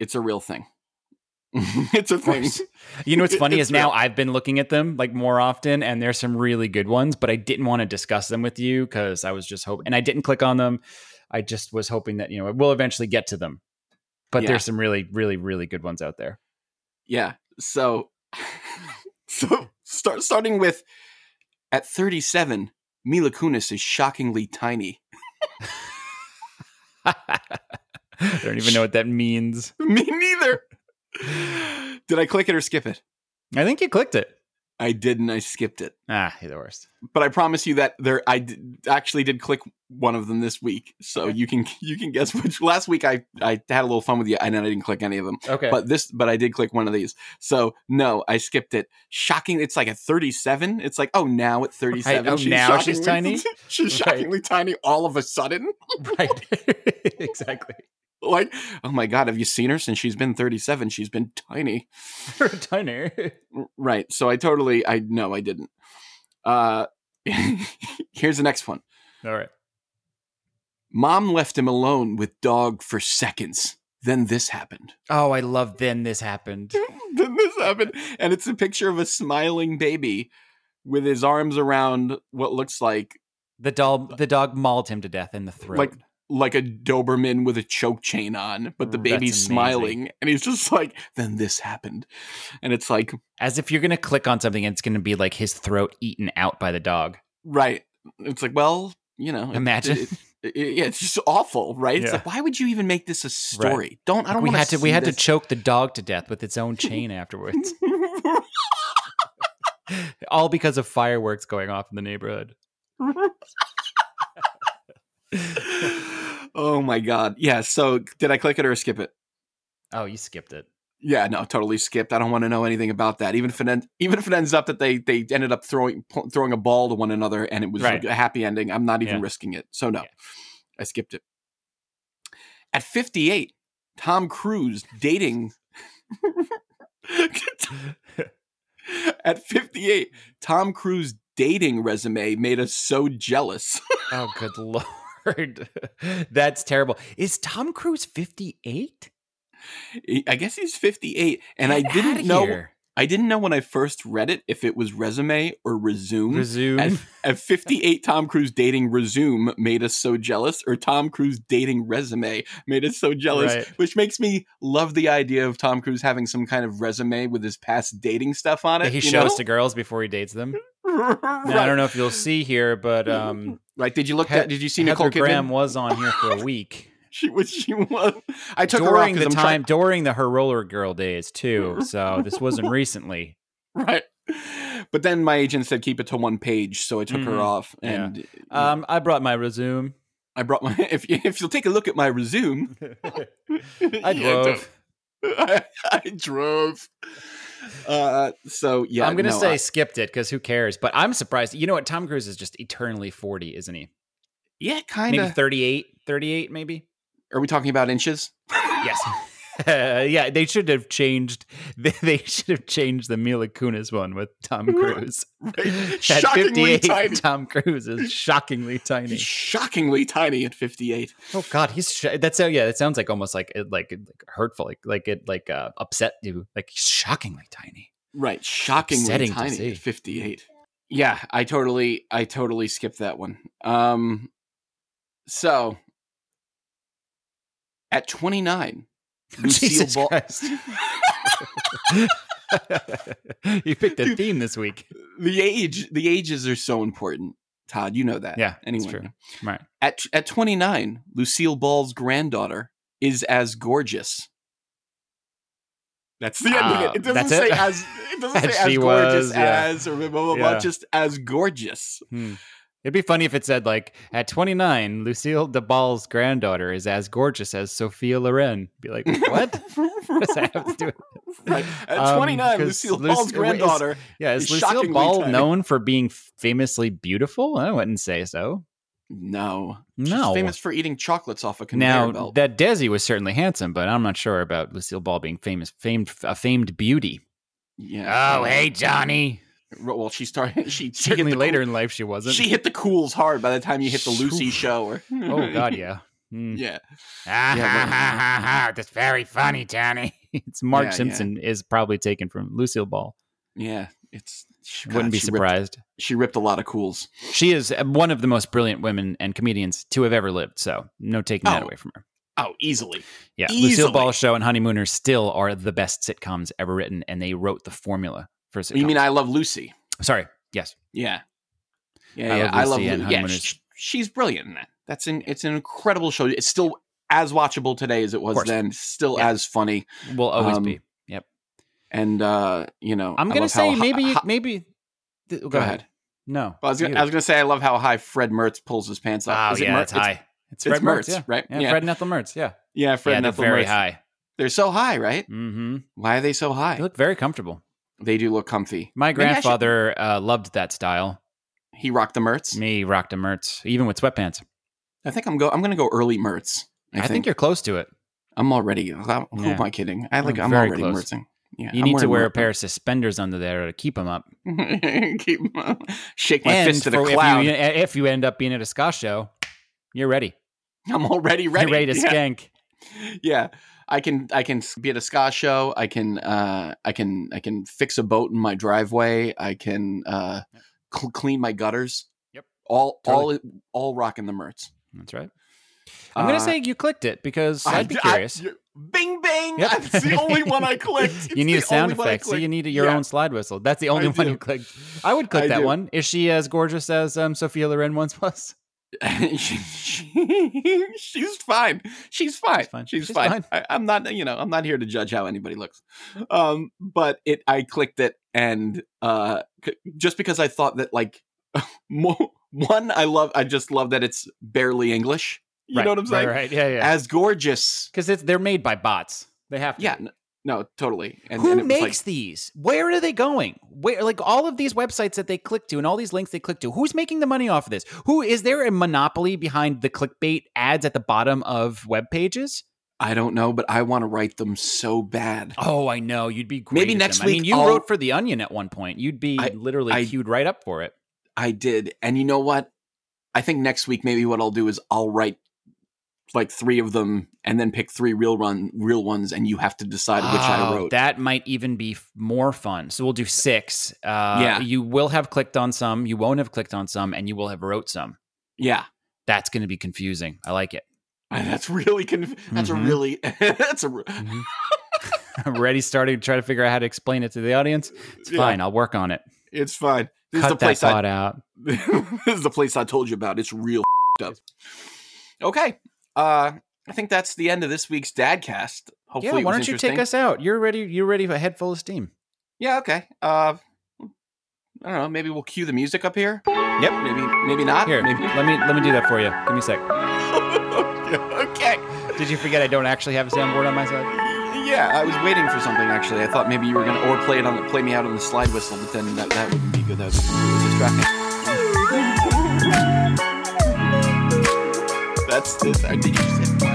Speaker 4: it's a real thing. [LAUGHS] it's a thing.
Speaker 1: course. You [LAUGHS] know what's funny
Speaker 4: It's
Speaker 1: is now
Speaker 4: real.
Speaker 1: I've been looking at them like more often, and there's some really good ones, but I didn't want to discuss them with you because I was just hoping, and I didn't click on them. I just was hoping that you know we'll eventually get to them, but
Speaker 4: Yeah.
Speaker 1: there's some really, really, really good ones out there. [LAUGHS]
Speaker 4: Yeah. So, [LAUGHS] so start starting with at 37, Mila Kunis is shockingly tiny. [LAUGHS]
Speaker 1: I don't even know what that means.
Speaker 4: Me neither. Did I click it or skip it?
Speaker 1: I think you clicked it.
Speaker 4: I didn't. I skipped it.
Speaker 1: Ah, you're the worst.
Speaker 4: But I promise you that there, I did, actually did click one of them this week. So you can you can guess which. Last week I I had a little fun with you, and then I didn't click any of them.
Speaker 1: Okay.
Speaker 4: [LAUGHS] But this, but I did click one of these. So no, I skipped it. Shocking. It's like at 37. It's like oh now at 37.
Speaker 1: oh, now she's
Speaker 4: shockingly-
Speaker 1: tiny?
Speaker 4: [LAUGHS] she's
Speaker 1: Right.
Speaker 4: shockingly tiny all of a sudden.
Speaker 1: right. [LAUGHS] exactly.
Speaker 4: Like oh my god, have you seen her since she's been 37? She's been tiny.
Speaker 1: For a tiny.
Speaker 4: [LAUGHS] R- Right. So I totally. I no, I didn't. Uh, [LAUGHS] here's the next one.
Speaker 1: All right.
Speaker 4: Mom left him alone with dog for seconds. Then this happened.
Speaker 1: Oh, I love then this happened.
Speaker 4: [LAUGHS] then this happened. And it's a picture of a smiling baby with his arms around what looks like
Speaker 1: The dog the dog mauled him to death in the throat.
Speaker 4: Like- like a Doberman with a choke chain on, but the
Speaker 1: That's
Speaker 4: baby's
Speaker 1: amazing.
Speaker 4: smiling and he's just like, then this happened. And it's like,
Speaker 1: As if you're gonna click on something and it's gonna be like his throat eaten out by the dog.
Speaker 4: right. It's like, well, you know, it-
Speaker 1: Imagine.
Speaker 4: It, it- it- yeah, it's just awful, right? It's
Speaker 1: Yeah.
Speaker 4: like, why would you even make this a story? Don't I
Speaker 1: [LAUGHS]
Speaker 4: don't
Speaker 1: we
Speaker 4: want
Speaker 1: had to we had to
Speaker 4: this.
Speaker 1: choke the dog to death with its
Speaker 4: [LAUGHS]
Speaker 1: own chain [LAUGHS] afterwards. All because of fireworks going off in the neighborhood.
Speaker 4: oh my god. Yeah, so did I click it or skip it?
Speaker 1: Oh, you skipped it.
Speaker 4: Yeah, no, totally skipped. I don't want to know anything about that. Even if it end, even if it ends up that they they ended up throwing pl- throwing a ball to one another and it was
Speaker 1: Right.
Speaker 4: a happy ending, I'm not even
Speaker 1: Yeah.
Speaker 4: risking it. So no,
Speaker 1: Yeah.
Speaker 4: I skipped it. At 58, Tom Cruise dating. [LAUGHS] At 58, Tom Cruise dating resume made us so jealous.
Speaker 1: Oh good [LAUGHS] lord. [LAUGHS] That's terrible. Is Tom Cruise 58?
Speaker 4: I guess he's 58, and I
Speaker 1: Get outta
Speaker 4: didn't know.
Speaker 1: here.
Speaker 4: I didn't know when I first read it if it was resume or resume.
Speaker 1: Resume.
Speaker 4: At, at 58, Tom Cruise dating resume made us so jealous, or Tom Cruise dating resume made us so jealous,
Speaker 1: Right.
Speaker 4: which makes me love the idea of Tom Cruise having some kind of resume with his past dating stuff on it.
Speaker 1: he
Speaker 4: [LAUGHS] you
Speaker 1: shows
Speaker 4: know?
Speaker 1: to girls before he dates them.
Speaker 4: [LAUGHS]
Speaker 1: Now, I don't know if you'll see here, but um,
Speaker 4: Like, did you look?
Speaker 1: He-
Speaker 4: at, did you see
Speaker 1: Heather
Speaker 4: Nicole Kidman?
Speaker 1: Graham was on here for a week
Speaker 4: [LAUGHS] She was. She was. I took her off
Speaker 1: during
Speaker 4: 'cause
Speaker 1: the
Speaker 4: I'm try-
Speaker 1: time during the her roller girl days too. So this wasn't recently.
Speaker 4: right. But then my agent said keep it to one page, so I took her
Speaker 1: Mhm.
Speaker 4: off,
Speaker 1: Yeah.
Speaker 4: and
Speaker 1: Um, I brought my resume.
Speaker 4: I brought my. [LAUGHS] If you- if you'll take a look at
Speaker 1: [LAUGHS]
Speaker 4: my resume, [LAUGHS]
Speaker 1: I drove.
Speaker 4: I, [LAUGHS] I drove. Uh, so yeah,
Speaker 1: I'm gonna
Speaker 4: no,
Speaker 1: say
Speaker 4: I-
Speaker 1: skipped it because who cares? But I'm surprised. You know what? Tom Cruise is just eternally 40, isn't he?
Speaker 4: yeah, kind
Speaker 1: Maybe
Speaker 4: of.
Speaker 1: 38, 38, maybe.
Speaker 4: Are we talking about inches? [LAUGHS]
Speaker 1: Yes. [LAUGHS] yeah, they should have changed. [LAUGHS] They, they should have changed the Mila Kunis one with Tom Cruise. [LAUGHS] At
Speaker 4: Shockingly
Speaker 1: 58,
Speaker 4: tiny.
Speaker 1: Tom Cruise is shockingly tiny.
Speaker 4: He's shockingly tiny at 58.
Speaker 1: [LAUGHS] Oh God, he's sh- that's so yeah. That sounds like almost like it, like like hurtful, like like it like uh, upset you, like he's shockingly tiny. [LAUGHS]
Speaker 4: Right, shockingly
Speaker 1: Upsetting to
Speaker 4: tiny
Speaker 1: see.
Speaker 4: at 58. Yeah, I totally I totally skipped that one. Um so at 29, Lucille
Speaker 1: [LAUGHS] Jesus
Speaker 4: Ball
Speaker 1: Christ. [LAUGHS] you picked a
Speaker 4: Dude.
Speaker 1: theme this week.
Speaker 4: the age the ages are so important. Todd, you know that.
Speaker 1: Yeah, that's
Speaker 4: anyway.
Speaker 1: true. Right.
Speaker 4: At at 29, Lucille Ball's granddaughter is as gorgeous. That's the end
Speaker 1: Ah,
Speaker 4: of it. It doesn't
Speaker 1: that's [LAUGHS]
Speaker 4: say
Speaker 1: it?
Speaker 4: as it doesn't
Speaker 1: As
Speaker 4: say as
Speaker 1: she
Speaker 4: gorgeous
Speaker 1: was, yeah.
Speaker 4: as or blah blah blah, blah
Speaker 1: Yeah.
Speaker 4: just as gorgeous.
Speaker 1: Hmm. It'd be funny if it said like at 29, Lucille de Ball's granddaughter is as gorgeous as Sophia Loren. Be [LAUGHS] like, what?
Speaker 4: [LAUGHS]
Speaker 1: what does that have to do with it?
Speaker 4: Right. At
Speaker 1: Um,
Speaker 4: 29,
Speaker 1: 'cause
Speaker 4: Lucille
Speaker 1: Luc-
Speaker 4: Ball's
Speaker 1: is-
Speaker 4: granddaughter.
Speaker 1: yeah, is
Speaker 4: is
Speaker 1: Lucille
Speaker 4: shockingly
Speaker 1: Ball
Speaker 4: tiny.
Speaker 1: known for being famously beautiful? I wouldn't say so.
Speaker 4: No.
Speaker 1: No.
Speaker 4: She's famous for eating chocolates off a conveyor
Speaker 1: Now
Speaker 4: belt.
Speaker 1: that Desi was certainly handsome, but I'm not sure about Lucille Ball being famous, famed a famed beauty.
Speaker 4: yeah.
Speaker 1: Oh, Johnny.
Speaker 4: Ro- Well, she started. [LAUGHS] She, she hit
Speaker 1: Certainly
Speaker 4: the
Speaker 1: later in life she
Speaker 4: Cool,
Speaker 1: wasn't.
Speaker 4: she hit the cools hard by the time you hit the Lucy
Speaker 1: Oof.
Speaker 4: show. Or,
Speaker 1: oh
Speaker 4: [LAUGHS]
Speaker 1: God, yeah. Mm.
Speaker 4: Yeah.
Speaker 1: Ah,
Speaker 4: Yeah,
Speaker 1: ha,
Speaker 4: but-
Speaker 1: ha, ha, ha, That's very funny, Johnny. [LAUGHS] it's Mark
Speaker 4: Yeah, yeah.
Speaker 1: Simpson is probably taken from Lucille Ball.
Speaker 4: Yeah. It's. she- God,
Speaker 1: Wouldn't be
Speaker 4: she ripped-
Speaker 1: surprised.
Speaker 4: she ripped a lot of cools.
Speaker 1: She is uh, one of the most brilliant women and comedians to have ever lived. So no taking that
Speaker 4: Oh.
Speaker 1: away from her.
Speaker 4: Oh, easily.
Speaker 1: Yeah, Lucille
Speaker 4: Easily.
Speaker 1: Ball Show and Honeymooners still are the best sitcoms ever written, and they wrote the formula for sitcoms.
Speaker 4: You mean I love Lucy?
Speaker 1: Sorry. Yes.
Speaker 4: Yeah. Yeah.
Speaker 1: I
Speaker 4: yeah,
Speaker 1: Love
Speaker 4: I love
Speaker 1: Lucy and
Speaker 4: Lucy. Yeah,
Speaker 1: Honeymooners.
Speaker 4: sh- she's brilliant in that. That's an. It's an incredible show. It's still as watchable today as it was
Speaker 1: course.
Speaker 4: then. Still
Speaker 1: Yeah.
Speaker 4: as funny.
Speaker 1: Will always
Speaker 4: Um,
Speaker 1: be.
Speaker 4: And uh, you know,
Speaker 1: I'm
Speaker 4: I
Speaker 1: gonna
Speaker 4: love how
Speaker 1: say
Speaker 4: hi-
Speaker 1: maybe
Speaker 4: hi-
Speaker 1: maybe. th- go,
Speaker 4: go
Speaker 1: ahead.
Speaker 4: ahead.
Speaker 1: No.
Speaker 4: Well, I was, gonna,
Speaker 1: you.
Speaker 4: I was gonna say I love how high Fred Mertz pulls his pants up.
Speaker 1: Oh,
Speaker 4: Is it
Speaker 1: yeah,
Speaker 4: Mertz?
Speaker 1: that's
Speaker 4: It's-
Speaker 1: high. It's,
Speaker 4: it's
Speaker 1: Fred Mertz, yeah.
Speaker 4: right?
Speaker 1: Yeah,
Speaker 4: Yeah.
Speaker 1: Fred Nethel Mertz, yeah.
Speaker 4: Yeah, Fred
Speaker 1: yeah, they're
Speaker 4: Nethel
Speaker 1: very
Speaker 4: Mertz.
Speaker 1: high.
Speaker 4: They're so high, right?
Speaker 1: Mm-hmm.
Speaker 4: Why are they so high?
Speaker 1: They look very comfortable.
Speaker 4: they do look comfy.
Speaker 1: My
Speaker 4: Maybe I should-
Speaker 1: grandfather uh, loved that style.
Speaker 4: he rocked the Mertz.
Speaker 1: Me rocked a Mertz, even with sweatpants.
Speaker 4: I think I'm go. I'm gonna go early Mertz. I,
Speaker 1: I, think. you're close to it.
Speaker 4: I'm already. Who
Speaker 1: Yeah.
Speaker 4: am I kidding? I like.
Speaker 1: I'm
Speaker 4: I'm,
Speaker 1: very
Speaker 4: already
Speaker 1: close.
Speaker 4: Mertzing. Yeah,
Speaker 1: You
Speaker 4: I'm
Speaker 1: need to
Speaker 4: wearing
Speaker 1: wear a
Speaker 4: Mertz.
Speaker 1: pair of suspenders under there to keep them up.
Speaker 4: [LAUGHS] Keep my- shake my fist to the
Speaker 1: for-
Speaker 4: cloud.
Speaker 1: If, you, e, if you end up being at a ska show, you're ready.
Speaker 4: [LAUGHS] I'm already ready. [LAUGHS]
Speaker 1: You're ready to
Speaker 4: yeah.
Speaker 1: skank.
Speaker 4: yeah i can i can be at a ska show i can uh i can i can fix a boat in my driveway i can uh cl- clean my gutters
Speaker 1: Yep.
Speaker 4: all
Speaker 1: Totally.
Speaker 4: all all rocking the mertz
Speaker 1: That's right. I'm gonna
Speaker 4: Uh,
Speaker 1: say you clicked it because
Speaker 4: I-
Speaker 1: I'd be
Speaker 4: I-
Speaker 1: curious.
Speaker 4: you- bing bing
Speaker 1: Yep.
Speaker 4: that's the
Speaker 1: [LAUGHS]
Speaker 4: only one i clicked It's
Speaker 1: you need
Speaker 4: the
Speaker 1: a sound
Speaker 4: only one I
Speaker 1: effect, so you
Speaker 4: clicked.
Speaker 1: need your
Speaker 4: Yeah.
Speaker 1: own slide whistle. That's the only [LAUGHS]
Speaker 4: I
Speaker 1: one
Speaker 4: do.
Speaker 1: you clicked. I would click
Speaker 4: I
Speaker 1: that
Speaker 4: do.
Speaker 1: one. Is she as gorgeous as um, Sophia Loren once was?
Speaker 4: She- [LAUGHS] she's fine. She's fine. She's
Speaker 1: fine.
Speaker 4: fine.
Speaker 1: She's fine.
Speaker 4: I, I'm not, you know, I'm not here to judge how anybody looks. Um, but it, I clicked it, and uh, c- just because I thought that, like, [LAUGHS] mo- one, I love, I just love that it's barely English. [LAUGHS] You
Speaker 1: Right,
Speaker 4: know what I'm saying?
Speaker 1: Right, right. Yeah, yeah.
Speaker 4: As gorgeous.
Speaker 1: Because it's they're made by bots. They have to.
Speaker 4: Yeah.
Speaker 1: be.
Speaker 4: n- No, totally. And,
Speaker 1: Who
Speaker 4: and it was
Speaker 1: makes these? Where are they going? Where like all of these websites that they click to and all these links they click to? Who's making the money off of this? Who is there a monopoly behind the clickbait ads at the bottom of web pages?
Speaker 4: Like, I don't know, but I want to write them so bad.
Speaker 1: Oh, I know. You'd be great.
Speaker 4: Maybe
Speaker 1: at
Speaker 4: next
Speaker 1: them. I mean,
Speaker 4: week
Speaker 1: you
Speaker 4: I'll-
Speaker 1: wrote for the Onion at one point. You'd be
Speaker 4: I-
Speaker 1: literally
Speaker 4: I-
Speaker 1: queued right up for it.
Speaker 4: I did. And you know what? I think next week maybe what I'll do is I'll write like three of them and then pick three real run real ones and you have to decide which I
Speaker 1: Oh,
Speaker 4: wrote.
Speaker 1: That might even be f- more fun. So we'll do six. Uh,
Speaker 4: Yeah.
Speaker 1: You will have clicked on some. You won't have clicked on some, and you will have wrote some.
Speaker 4: yeah.
Speaker 1: That's going to be confusing. I like it. [LAUGHS]
Speaker 4: And that's really conf- that's
Speaker 1: Mhm.
Speaker 4: a really [LAUGHS] that's a re-
Speaker 1: Mm-hmm. I'm already starting to try to figure out how to explain it to the audience. It's
Speaker 4: Yeah.
Speaker 1: fine. I'll work on it.
Speaker 4: it's fine. This is the
Speaker 1: Cut that
Speaker 4: place I-
Speaker 1: thought out.
Speaker 4: [LAUGHS] this is the place I told you about. It's real [LAUGHS] fed up. Okay. Uh I think that's the end of this week's Dadcast. Hopefully,
Speaker 1: yeah,
Speaker 4: it
Speaker 1: why
Speaker 4: was
Speaker 1: don't you take
Speaker 4: interesting.
Speaker 1: us out? You're ready. You're ready for a head full of steam.
Speaker 4: Yeah, okay. Uh I don't know, maybe we'll cue the music up here.
Speaker 1: Yep.
Speaker 4: Maybe maybe not.
Speaker 1: Here,
Speaker 4: Maybe
Speaker 1: let me let me do that for you. Give me a sec.
Speaker 4: [LAUGHS] Okay.
Speaker 1: Did you forget I don't actually have a soundboard on my side?
Speaker 4: Yeah, I was waiting for something actually. I thought maybe you were gonna or play it on the play me out on the slide whistle, but then that, that wouldn't be good. That would be distracting. That's this. I think you said.